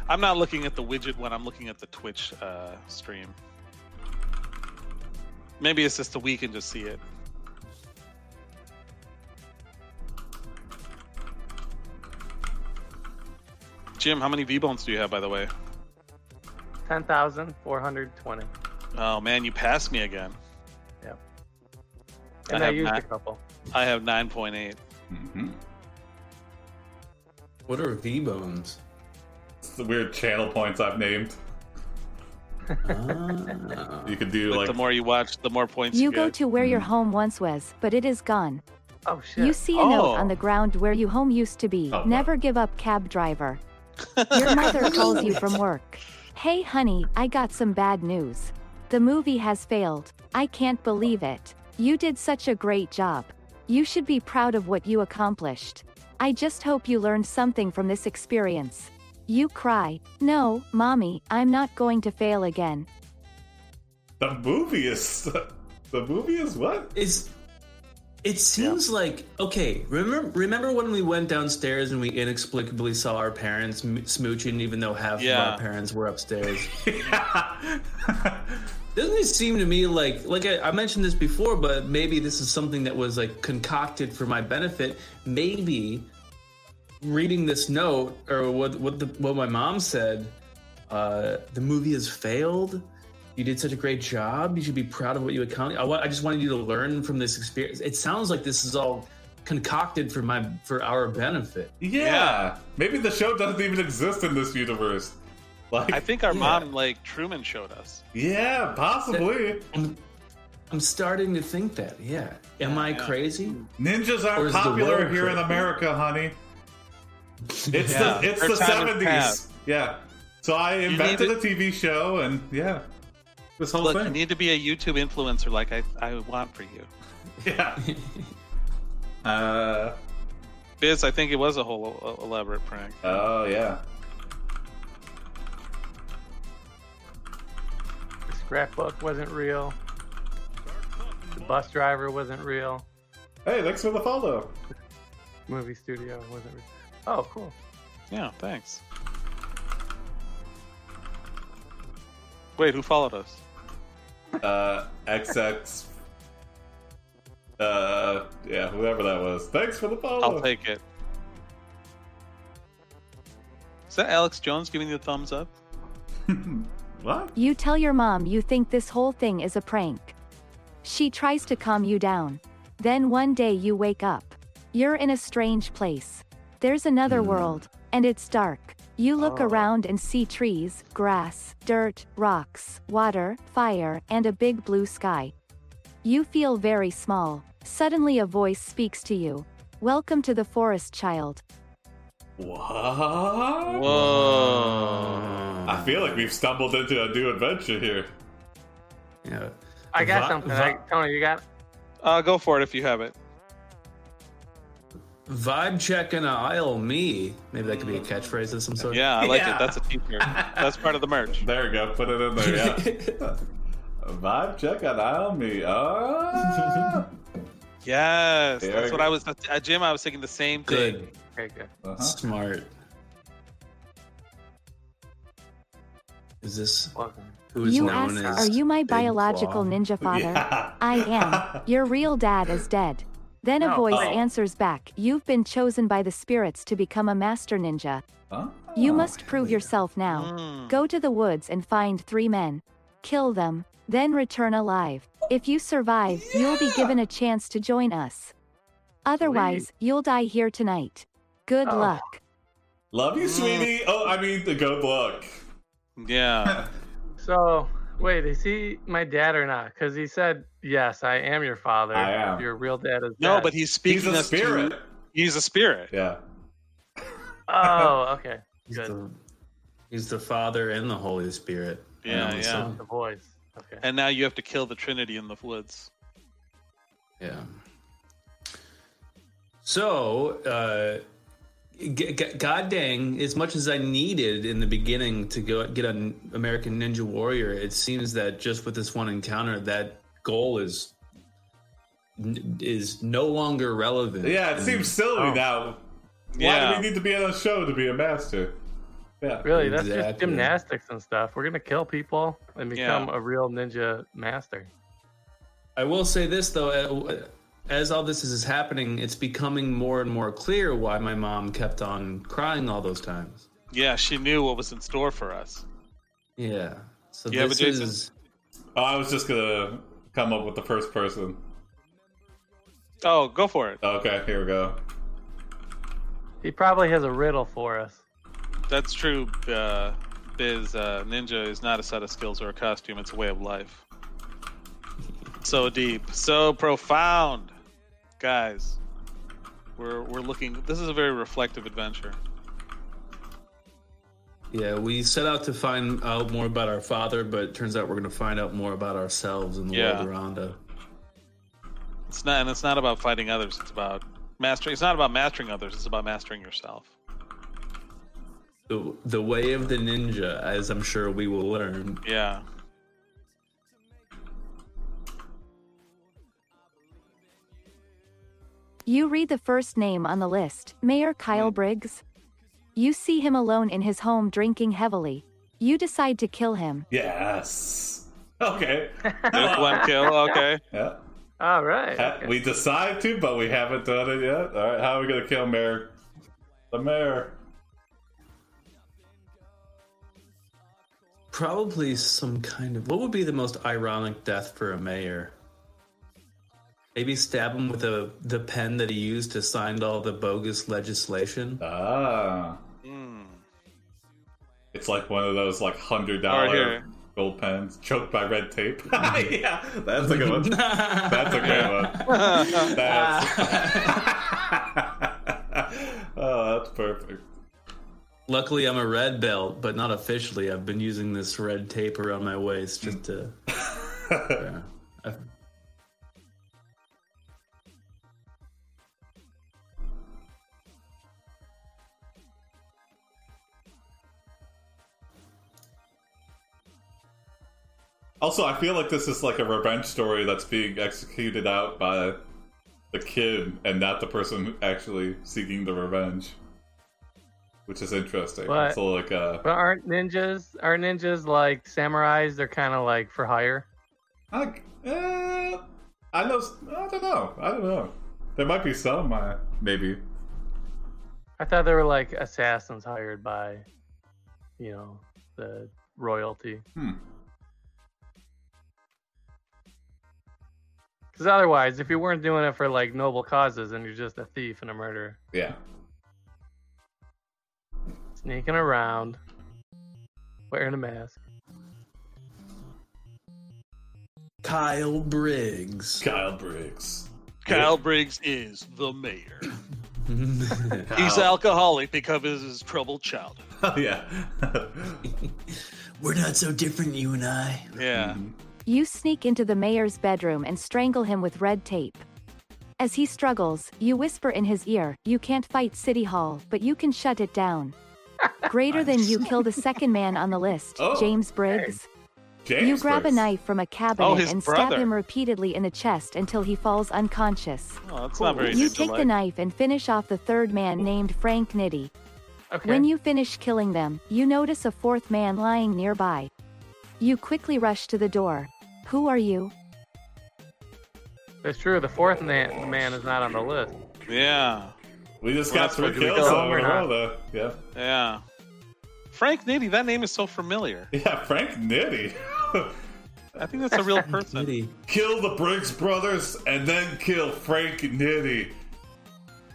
I'm not looking at the widget when I'm looking at the Twitch uh, stream. Maybe it's just the we can just see it. Jim, how many V bones do you have, by the way?
10,420.
Oh man, you passed me again. I
And I,
have
used
not-
a couple.
I have 9.8.
Mm-hmm.
What are V bones?
It's the weird channel points I've named.
Ah.
You could do
Like,
like,
the more you watch, the more points you,
You go
get.
to where your
Mm.
home once was, but it is gone.
Oh, shit.
You see a note
Oh.
on the ground where you home used to be.
Oh, wow.
Never give up, cab driver. Your mother calls you from work. Hey, honey, I got some bad news. The movie has failed. I can't believe it. You did such a great job. You should be proud of what you accomplished. I just hope you learned something from this experience. You cry, No, mommy, I'm not going to fail again.
the movie is the movie is what?
It's it seems like okay. Remember, remember when we went downstairs and we inexplicably saw our parents m- smooching, even though half of
Yeah.
our parents were upstairs.
yeah.
Doesn't it seem to me like like I, I mentioned this before, but maybe this is something that was like concocted for my benefit. Maybe reading this note or what what the what my mom said, uh, the movie has failed. You did such a great job. You should be proud of what you accomplished. I, wa- I just wanted you to learn from this experience. It sounds like this is all concocted for my for our benefit.
Yeah.
Maybe the show doesn't even exist in this universe. Like
I think our
Yeah.
mom, like Truman, showed us.
Yeah, possibly.
I'm starting to think that. Yeah. Am I
Yeah. Mm.
crazy?
Ninjas
Or
aren't
is the
popular
world
here in
correct?
America, honey. It's
Yeah.
the it's
Our
the
time has
seventies.
passed.
Yeah. So I
need
invented a
to-
TV show and yeah. This whole
Look, you
thing.
need to be a YouTube influencer like I, I want for you.
Yeah. uh
Biz, I think it was a whole e- elaborate prank.
oh yeah.
The scrapbook wasn't real. The bus driver wasn't real.
Hey, thanks for the follow.
Movie studio wasn't real. Oh, cool.
Yeah, thanks. Wait, who followed us?
Uh, XX. Uh, yeah, whoever that was. Thanks for the follow.
I'll take it. Is that Alex Jones giving you a thumbs up?
what?
You tell your mom you think this whole thing is a prank. She tries to calm you down. Then one day you wake up. You're in a strange place. There's another
Hmm.
world, and it's dark. You
Oh.
look around and see trees, grass, dirt, rocks, water, fire, and a big blue sky. You feel very small. Suddenly, a voice speaks to you Welcome to the forest, child.
What?
Whoa.
I feel like we've stumbled into a new adventure here.
Yeah.
I got
Va-
something.
va-
I, Tony, you got?
Uh, go for it if you have it.
Vibe check and aisle me. Maybe that could be a catchphrase of some sort.
Yeah, I like
Yeah.
it. That's a t-shirt. That's part of the merch.
There you go. Put it in there. Yeah. Vibe check on I'll me. Ah.
Yes,
There
that's
we
what
go.
I was. At Jim, I was thinking the same thing.
Good.
Okay, good.
Uh-huh.
Smart. Is this
Welcome.
who is
You
known
ask,
as?
Are you my
Big Claw?
biological ninja father?
Yeah.
I am. Your real dad is dead. Then a
No.
voice
Oh.
answers back You've been chosen by the spirits to become a master ninja.
Ah.
Oh,
You must prove yourself now.
Hmm.
Mm.
Go to the woods and find three men. Kill them, then return alive. If you survive, you'll be given a chance to join us. Otherwise, you'll die here tonight. Good
Oh.
luck.
Love you, sweetie. Oh, I mean, the good luck.
Yeah.
So, wait, is he my dad or not? Because he said, yes, I am your father.
I am.
Your real dad is
No,
dead."
but he's speaking
He's a
us to-
spirit.
he's a spirit.
Yeah.
Oh, okay.
He's
Good.
the, he's the Father and the Holy Spirit.
Yeah,
And the
yeah.
Son.
The voice. Okay.
And now you have to kill the Trinity in the woods.
Yeah. Um, So, uh, g- g- god dang, as much as I needed in the beginning to go get an American Ninja Warrior, it seems that just with this one encounter, that goal is n- is no longer relevant.
Yeah, it seems silly
Oh.
now. Why
Yeah.
do we need to be on a show to be a master? Yeah.
Really, that's just
Exactly.
gymnastics and stuff. We're gonna kill people and
Yeah.
become a real ninja master.
I will say this though, uh, as all this is happening, it's becoming more and more clear why my mom kept on crying all those times.
Yeah, she knew what was in store for us.
Yeah. So
Yeah, but
this
Jason-
is
Oh, I was just gonna come up with the first person.
Oh, go for it.
Okay, here we go.
He probably has a riddle for us.
That's true. Uh, Biz uh, Ninja is not a set of skills or a costume; it's a way of life. So deep, so profound, guys. We're we're looking. This is a very reflective adventure.
Yeah, we set out to find out more about our father, but it turns out we're going to find out more about ourselves and the
Yeah.
world around us.
It's not, and it's not about fighting others. It's about mastering. It's not about mastering others. It's about mastering yourself.
The, the way of the ninja, as I'm sure we will learn.
Yeah.
You read the first name on the list, Mayor Kyle
Hmm.
Briggs. You see him alone in his home drinking heavily. You decide to kill him.
Yes. Okay.
Nuke one kill. Okay.
Yeah.
All right.
Ha-
okay.
Uh, We decide to, but we haven't done it yet. All right, how are we gonna kill Mayor? The mayor.
Probably some kind of. What would be the most ironic death for a mayor? Maybe stab him with a, the pen that he used to sign all the bogus legislation.
Ah,
Hmm.
it's like one of those like hundred
Right
dollar
here.
gold pens choked by red tape. yeah, that's a good one. That's
That's
a good one. That's. oh, that's perfect.
Luckily, I'm a red belt, but not officially. I've been using this red tape around my waist just to. Yeah. I-
Also, I feel like this is like a revenge story that's being executed out by the kid and not the person actually seeking the revenge. which is interesting.
But-
It's a, like uh,
But aren't ninjas? Aren't ninjas like samurais? They're kind of like for hire.
I, uh, I know. I don't know. I don't know. There might be some. Uh, maybe.
I thought they were like assassins hired by, you know, the royalty.
Hmm.
Because otherwise, if you weren't doing it for like noble causes, then you're just a thief and a murderer,
Yeah.
sneaking around, wearing a mask.
Kyle Briggs.
Kyle Briggs.
Kyle Briggs is the mayor.
Why
He's alcoholic because of his troubled childhood.
yeah.
We're not so different, you and I.
Yeah.
You sneak into the mayor's bedroom and strangle him with red tape. As he struggles, you whisper in his ear, You can't fight City Hall, but you can shut it down. Greater than you kill the second man on the list,
Oh.
James Briggs.
James
you grab
Briggs.
a knife from a cabinet
Oh, his
and
brother.
stab him repeatedly in the chest until he falls unconscious.
Oh, that's not very
You
ninja-like.
take the knife and finish off the third man named Frank Nitty.
Okay.
When you finish killing them, you notice a fourth man lying nearby. You quickly rush to the door. Who are you?
That's true. The fourth na- man is not on the list.
Yeah.
We just
Well,
got
that's
three
what we
kills
got.
over in a row, though. Yeah.
Yeah. Frank Nitty, that name is so familiar.
Yeah. Frank Nitty.
I think that's a real person.
kill the Briggs brothers and then kill Frank Nitty.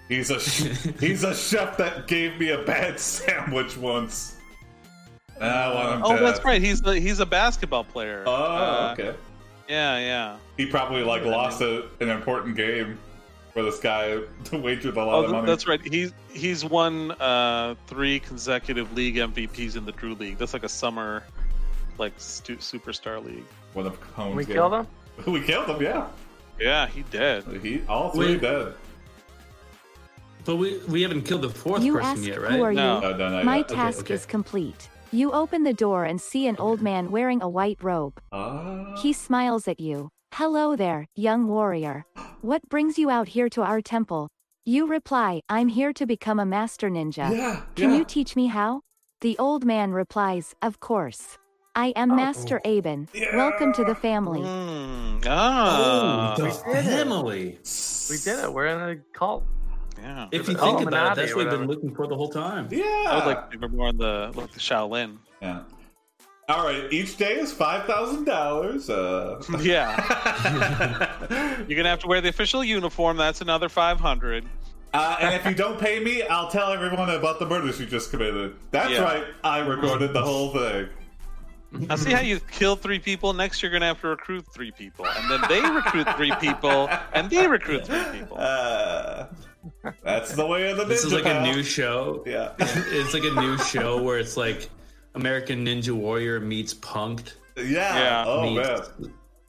He's a sh- he's a chef that gave me a bad sandwich once. And I want him
Oh,
dead.
that's right. He's a, he's a basketball player.
Oh,
Uh,
okay.
Yeah, yeah.
He probably like lost a, an important game where this guy wagered a lot
Oh,
of money.
that's right. He's he's won uh, three consecutive league MVPs in the Drew League. That's like a summer, like stu- superstar league.
One of Capone's
we
game.
kill them.
We killed him. Yeah.
Yeah, he did.
He all three
Wait.
dead.
But we we haven't killed the fourth
you
person
ask
yet,
who
right? Oh,
are
No.
you?
No, no, no,
My
yeah.
task
okay.
is complete. You open the door and see an old man wearing a white robe.
Ah.
He smiles at you. Hello there, young warrior. What brings you out here to our temple? You reply, I'm here to become a master ninja.
yeah.
Can
yeah.
you teach me how? The old man replies, Of course. I am Master Aben. Welcome to the family.
Hmm. Ah,
oh, the
we did it.
family.
We did it. We're in a cult.
yeah.
If you
Oh,
think about it,
Illuminati
that's
or
what we've
whatever.
been looking for the whole time.
yeah.
I would like to be more on the like the Shaolin.
Yeah. All right. Each day is five thousand dollars. Uh.
yeah,
uh,
you're gonna have to wear the official uniform. That's another five hundred.
Uh, and if you don't pay me, I'll tell everyone about the murders you just committed. That's
Yeah.
right. I recorded the whole thing.
I see how you killed three people. Next, you're gonna have to recruit three people, and then they recruit three people, and they recruit three people.
Uh, that's the way of the ninja.
This is like
pal.
a new show.
Yeah.
it's like a new show where it's like American Ninja Warrior meets Punked
Yeah.
Yeah.
Oh man.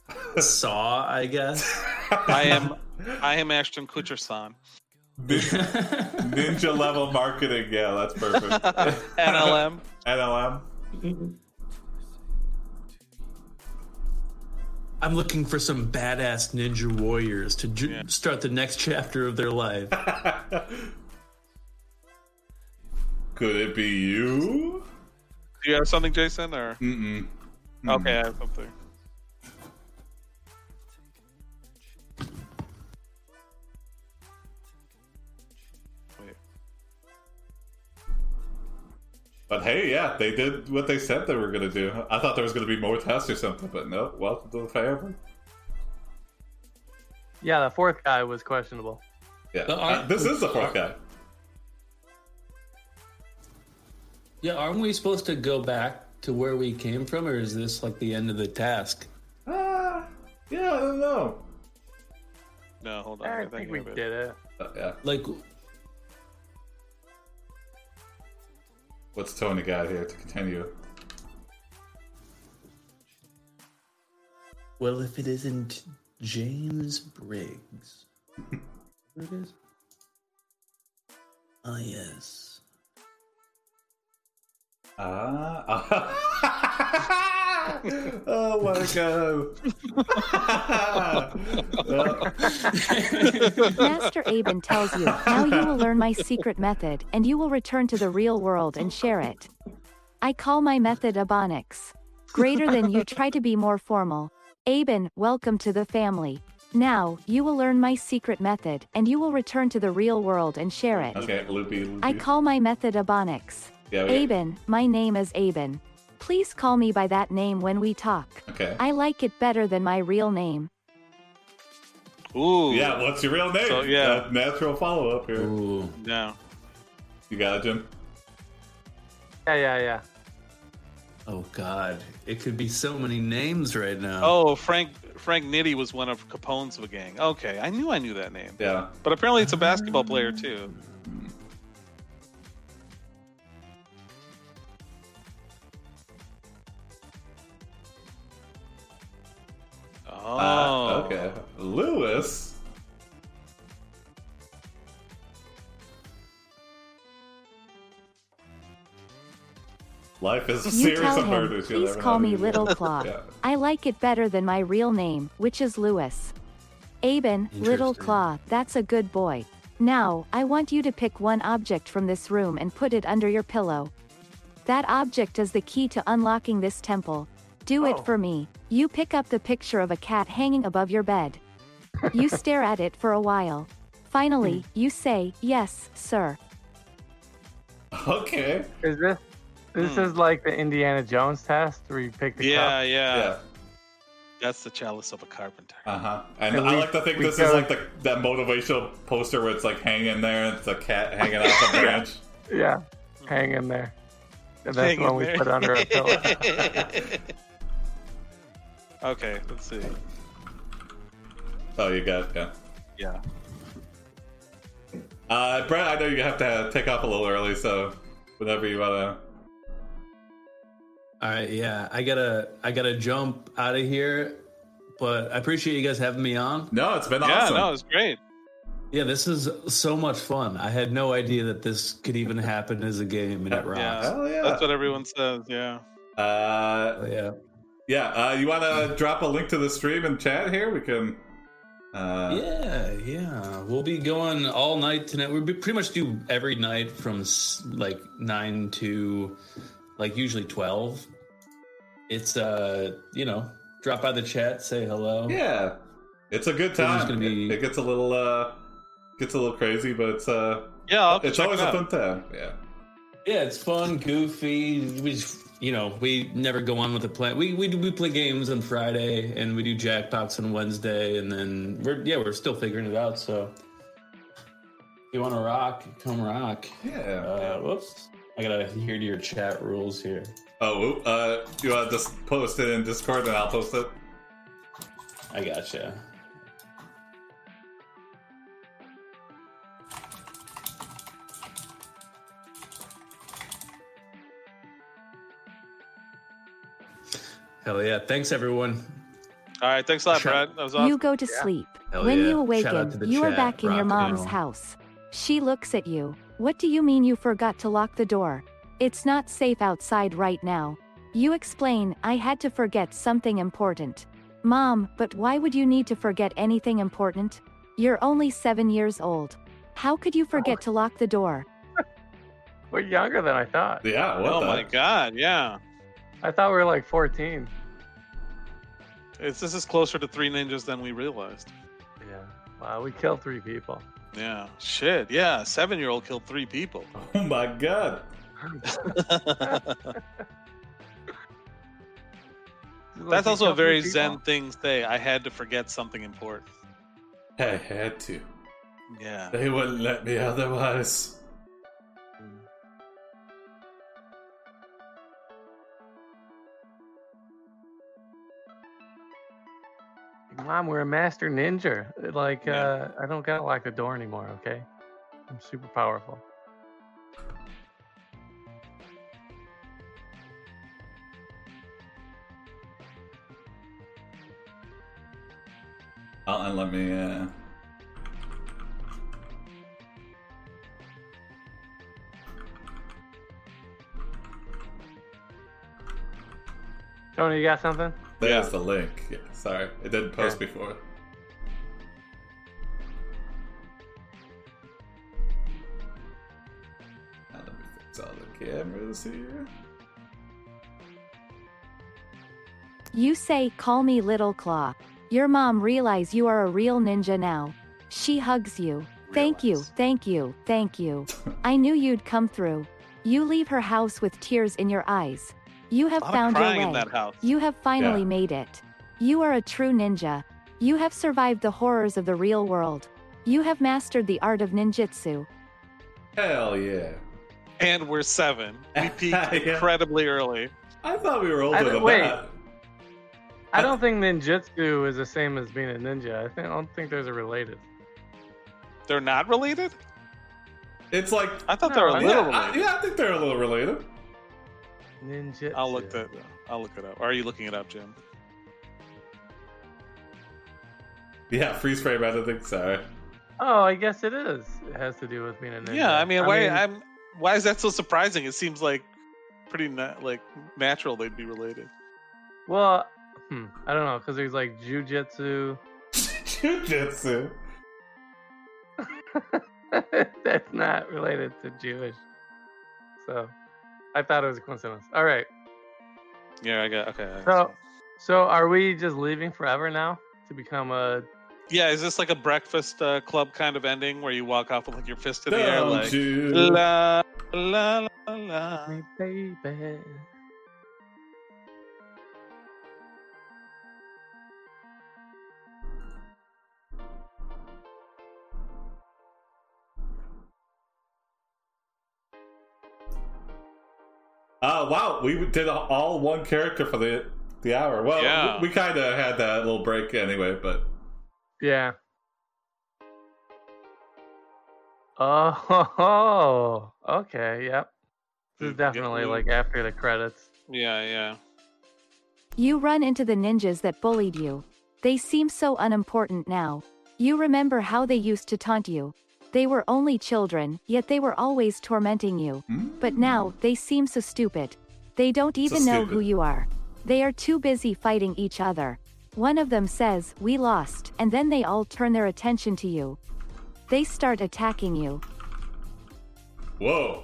meets Saw, I guess.
I am, I am Ashton Kutcher-san,
Nin- Ninja level marketing. Yeah, that's perfect. um,
NLM.
NLM.
I'm looking for some badass ninja warriors to ju-
Yeah.
start the next chapter of their life.
Could it be you?
Do you have something, Jason? Or
Mm-mm.
okay, I have something. Wait.
But hey, yeah, they did what they said they were gonna do. I thought there was gonna be more tests or something, but no. Welcome to the family.
Yeah, the fourth guy was questionable.
Yeah,
But aren't-
Uh, this is the fourth guy.
Yeah, aren't we supposed to go back to where we came from, or is this like the end of the task?
Ah, yeah, I don't know.
No, hold on.
I
I'm
think
thinking
we
of it.
did it.
Uh, yeah,
Like,
what's Tony got here to continue?
well, if it isn't James Briggs, Where it is? Ah, yes.
Ah. oh my god. Well,
Master Aben tells you, now you will learn my secret method, and you will return to the real world and share it. I call my method Abonics. Greater than you try to be more formal. Aben, welcome to the family. Now, you will learn my secret method, and you will return to the real world and share it.
okay, loopy. loopy.
I call my method
Oh,
Abonics.
yeah, we-
Aben, my name is Aben. Please call me by that name when we talk.
Okay.
I like it better than my real name.
Ooh.
Yeah, what's your real name?
So, yeah.
Uh, natural follow up here.
Ooh.
No.
Oh. You got it, Jim?
Yeah, yeah, yeah.
Oh God! It could be so many names right now.
Oh, Frank Frank Nitti was one of Capone's of a gang. Okay, I knew I knew that name.
Yeah.
But apparently it's a basketball player too. Oh.
Uh, okay. Lewis. Life is a
You
series
tell
of
him,
murders. You'll
please
never
call
know
me
who you
Little
are."
Claw.
Yeah.
I like it better than my real name, which is Lewis. Aben, Little
Interesting.
Claw, that's a good boy. Now, I want you to pick one object from this room and put it under your pillow. That object is the key to unlocking this temple. Do
Oh.
it for me. You pick up the picture of a cat hanging above your bed. You stare at it for a while. Finally, you say, Yes, sir.
Okay.
Is this this
Hmm.
is like the Indiana Jones test where you pick the
Yeah,
cup?
yeah,
Yeah.
That's the chalice of a carpenter.
Uh huh. And
And
I
we-
like to think
we
this is
gotta-
like the that motivational poster where it's like hanging there and it's a cat hanging off a branch.
Yeah. Hang in there. And that's
Hmm. Hang in
when we
there.
put under a pillow.
okay, let's see.
Oh, you got it. Yeah.
Yeah.
Uh, Brett, I know you have to take off a little early, so whenever you wanna.
All right, yeah, I gotta, I gotta jump out of here. But I appreciate you guys having me on.
No, it's been
Yeah,
awesome.
no, it's great.
Yeah, this is so much fun. I had no idea that this could even happen as a game, and it rocks.
Hell yeah.
That's what everyone says, yeah.
uh,
But Yeah,
yeah. Uh, you wanna drop a link to the stream and chat here? We can. Uh,
yeah, yeah. We'll be going all night tonight. We'll be pretty much do every night from s- like nine to like usually twelve. It's uh, you know, drop by the chat, say hello.
Yeah. It's a good
This is
time.
gonna be-
It, it gets a little uh, gets a little crazy, but it's uh,
Yeah, I'll
it's
check
always
it
a
out.
fun time. Yeah.
Yeah, it's fun, goofy. We just, you know, we never go on with the plan. We, we do- we play games on Friday and we do jackpots on Wednesday, and then we're yeah we're still figuring it out. So if you want to rock, come rock.
Yeah.
Uh, whoops, I gotta adhere to your chat rules here.
Oh, uh, you want to just post it in Discord and I'll post it?
I gotcha. Hell yeah! Thanks everyone.
All right, thanks a lot,
Sure.
Brad. That was awesome.
You go to sleep.
Hell
when
yeah.
you
Shout out to
awaken,
the
you are
chat.
back in your
Rock and
mom's
roll.
house. She looks at you. What do you mean you forgot to lock the door? It's not safe outside right now. You explain, I had to forget something important. Mom, but why would you need to forget anything important? You're only seven years old. How could you
Oh.
forget to lock the door?
We're younger than I thought.
Yeah, what
Oh
the-
my god, yeah.
I thought we were like 14.
It's, this is closer to three ninjas than we realized.
Yeah. Wow, we killed three people.
Yeah. Shit. Yeah. Seven year old killed three people.
Oh my god.
That's also a very zen thing to say. I had to forget something important.
I had to.
Yeah.
They wouldn't let me otherwise.
Mom, we're a master ninja. Like, uh, I don't gotta lock the door anymore, okay? I'm super powerful.
Oh, and let me, uh.
Tony, you got something?
There's the link. Yeah, sorry, it didn't post before. Now let me fix all the cameras here.
You say, call me Little Claw. Your mom realize you are a real ninja now. She hugs you. Thank you,
Realize.
thank you, thank you. I knew you'd come through. You leave her house with tears in your eyes. You have
A lot of
found your
crying
way.
in that house.
You have finally
Yeah.
made it. You are a true ninja. You have survived the horrors of the real world. You have mastered the art of ninjutsu.
Hell yeah!
and we're seven. We peaked
Yeah.
incredibly early.
I thought we were older
th-
than
wait.
that.
I don't think ninjutsu is the same as being a ninja. I, think, I don't think there's a related.
They're not related.
It's like
I thought they were a
No,
little
yeah, I,
related.
yeah, I think they're a little related.
Ninjutsu.
I'll look that. I'll look it up. Or are you looking it up, Jim?
Yeah, freeze frame. I don't think so.
Oh, I guess it is. It has to do with being a ninja.
Yeah, I mean, why? I'm. Why is that so surprising? It seems like pretty na- like natural they'd be related.
well, hmm, I don't know, because there's like jujitsu.
Jujitsu.
That's not related to Jewish. So I thought it was a coincidence. All right.
Yeah, I got okay. I
So-
see.
So are we just leaving forever now to become a.
yeah, is this like a breakfast uh, club kind of ending where you walk off with like your fist in the air,
Don't
like
you-
la la la la?
My baby.
Uh, wow, we did all one character for the the hour. Well,
Yeah.
we, kind of had that little break anyway, but
Yeah. Oh, ho, ho. Oh, okay. Yep. This
Dude,
is
get
definitely like
moved.
after the credits.
Yeah, yeah.
You run into the ninjas that bullied you. They seem so unimportant now. You remember how they used to taunt you. They were only children, yet they were always tormenting you. But now, they seem so stupid. They don't even know who
stupid.
you are. They are too busy fighting each other. One of them says, We lost, and then they all turn their attention to you. They start attacking you.
whoa.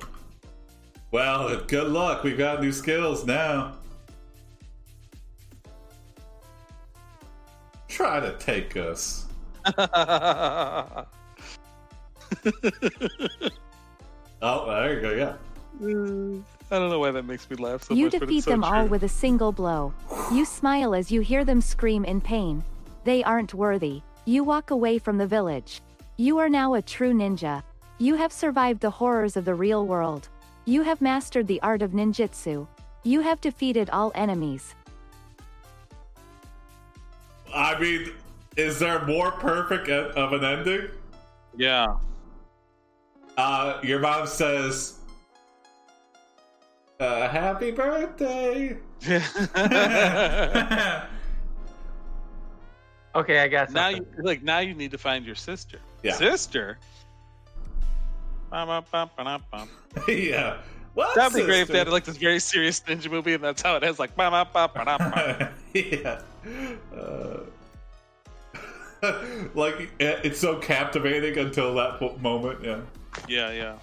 Well, good luck. We've got new skills now. Try to take us. Oh, there you go. Yeah.
I don't know why that makes me laugh so
you
much. but
defeat
it's so
them all
true.
with a single blow. You smile as you hear them scream in pain. They aren't worthy. You walk away from the village. You are now a true ninja. You have survived the horrors of the real world. You have mastered the art of ninjutsu. You have defeated all enemies.
I mean, is there more perfect e- of an ending?
Yeah.
Uh, your mom says, uh, "Happy birthday."
Okay, I got
now
something.
you like now you need to find your sister.
Yeah.
Sister. Ba-ba-ba-ba-ba-ba.
yeah. What?
That'd be great if
sister?
they had like this very serious ninja movie, and that's how it has like. ba-ba-ba-ba-ba.
yeah. Uh, like it, it's so captivating until that po- moment. Yeah.
yeah, yeah.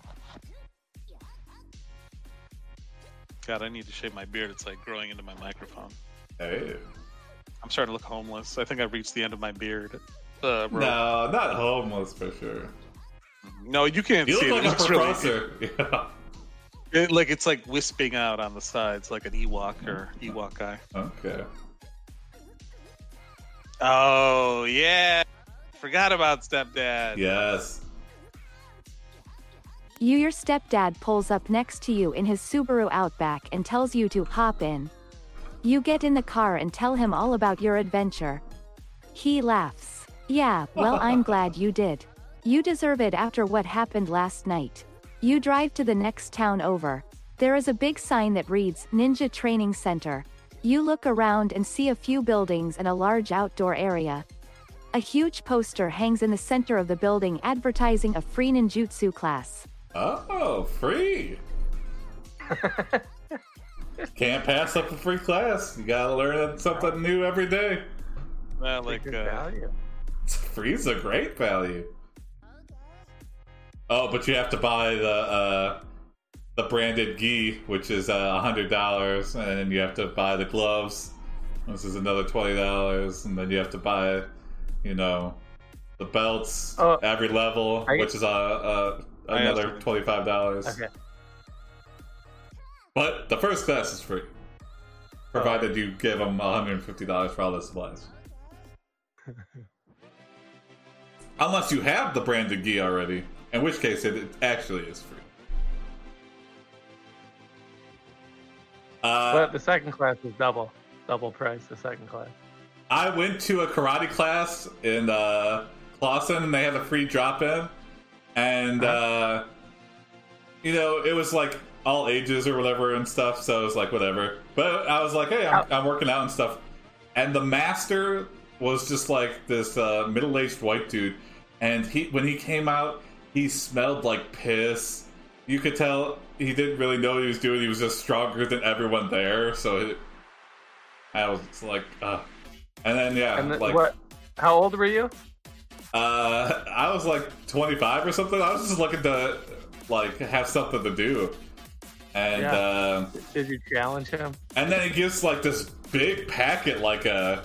God, I need to shave my beard. It's like growing into my microphone.
Hey.
I'm starting to look homeless. I think I reached the end of my beard. Uh, rope.
No, not homeless for sure.
no, you can't
You
see it.
look
It
like a
looks really-
professor. Yeah.
it- like it's like wisping out on the sides, like an Ewok or Ewok guy.
Okay.
Oh yeah, forgot about stepdad.
Yes.
You, your stepdad, pulls up next to you in his Subaru Outback and tells you to hop in. You get in the car and tell him all about your adventure. He laughs. Yeah, well, I'm glad you did. You deserve it after what happened last night. You drive to the next town over. There is a big sign that reads Ninja Training Center. You look around and see a few buildings and a large outdoor area. A huge poster hangs in the center of the building advertising a free ninjutsu class.
Oh, free. Can't pass up a free class. You gotta learn something new every day.
Uh, like
Good
uh,
value.
Free's a great value. Oh, but you have to buy the uh, the branded gi, which is uh, a hundred dollars, and then you have to buy the gloves. This is another twenty dollars, and then you have to buy, you know, the belts
Oh.
every level,
Are you- Oh,
which is a, a
I
another
understand.
twenty five dollars.
Okay.
But the first class is free, provided you give them one hundred and fifty dollars for all the supplies. Unless you have the branded gi already, in which case it, it actually is free. Uh,
But the second class is double, double price. The second class.
I went to a karate class in uh, Clawson, and they had a free drop in, and
Uh-huh.
uh, you know it was like all ages or whatever and stuff. So it was like whatever. But I was like, hey, I'm,
Oh.
I'm working out and stuff, and the master was just like this uh, middle aged white dude, and he when he came out, he smelled like piss. You could tell he didn't really know what he was doing. He was just stronger than everyone there, so it, I was like, uh. And then
Uh,
yeah,
And the,
like
what? How old were you?
uh, I was like 25 or something. I was just looking to like have something to do, and
Yeah.
uh,
Did you challenge him?
and then he gives like this big packet, like a.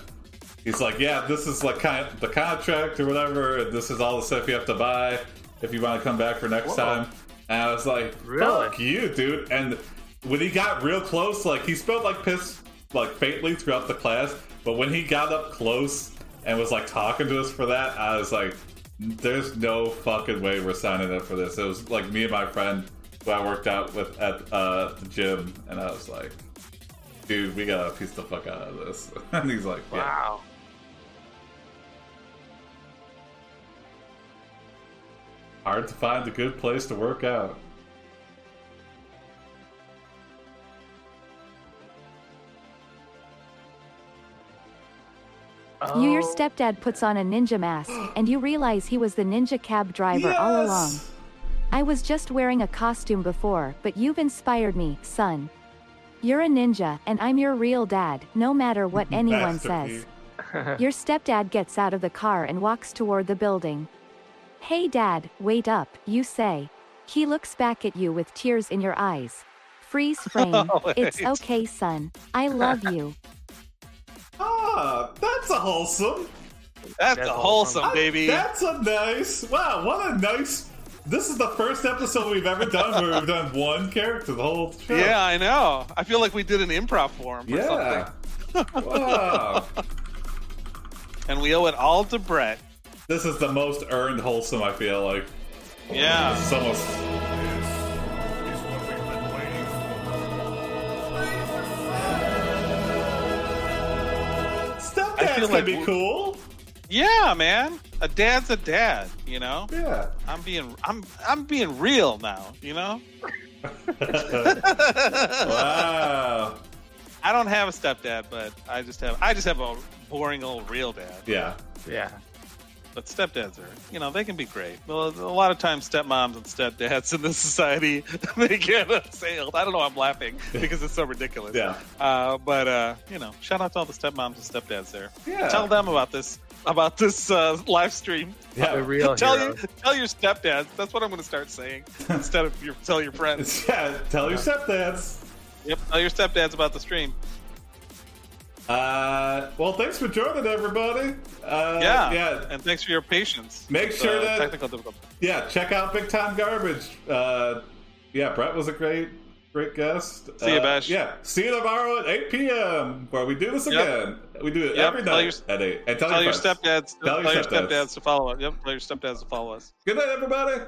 He's like, yeah, this is like kind the contract or whatever. and This is all the stuff you have to buy if you want to come back for next
Whoa.
time. And I was like,
Really?
fuck you, dude. And when he got real close, like he smelled like piss, like faintly throughout the class. But when he got up close and was like talking to us for that, I was like, there's no fucking way we're signing up for this. It was like me and my friend who I worked out with at uh, the gym, and I was like, dude, we gotta piece the fuck out of this. and he's like, yeah.
Wow.
Hard to find a good place to work out.
You, your
Oh,
stepdad puts on a ninja mask, and you realize he was the ninja cab driver all along. I was just wearing a costume before, but you've inspired me, son. You're a ninja, and I'm your real dad, no matter what anyone says.
Masterpiece.
Your stepdad gets out of the car and walks toward the building. Hey, dad, wait up, you say. He looks back at you with tears in your eyes. Freeze frame. it's
Wait.
okay, son. I love you.
Ah, that's a wholesome.
that's,
That's
a wholesome,
I-
baby.
That's a nice. Wow, what a nice. This is the first episode we've ever done where we've done one character the whole show.
Yeah, I know. I feel like we did an improv form or
Yeah.
something,
wow.
and we owe it all to Brett.
This is the most earned wholesome, I feel like.
Yeah.
It's almost.
is what we've been waiting for.
I
Stepdads
feel
can
like
be
we-
cool.
Yeah, man. A dad's a dad, you know.
Yeah.
I'm being I'm I'm being real now, you know?
wow.
I don't have a stepdad, but I just have I just have a boring old real dad.
Yeah.
Yeah.
But stepdads are, you know, they can be great. Well, a lot of times stepmoms and stepdads in this society they get assailed. I don't know, why I'm laughing because it's so ridiculous.
Yeah.
Uh, but uh, you know, shout out to all the stepmoms and stepdads there.
Yeah.
Tell them about this about this uh, live stream.
The
Yeah.
real
Uh, tell
heroes.
you, tell your stepdads. That's what I'm going to start saying instead of your tell your friends.
yeah. Tell your stepdads.
Yep, tell your stepdads about the stream.
Uh, well, thanks for joining, everybody. Uh,
yeah,
Yeah.
and thanks for your patience.
Make
with,
sure
uh,
that-
technical difficulty.
yeah, check out Big Time Garbage. Uh, yeah, Brett was a great, great guest.
See ya,
uh,
Bash.
Yeah, see you tomorrow at 8 p.m. where we do this
Yep.
again. We do it
Yep,
every
tell
night
your-
at 8. And tell,
Tell your
friends.
stepdads.
Tell
Tell,
your
your
stepdads.
stepdads to follow us. Yep, tell your stepdads to follow us.
Good night, everybody.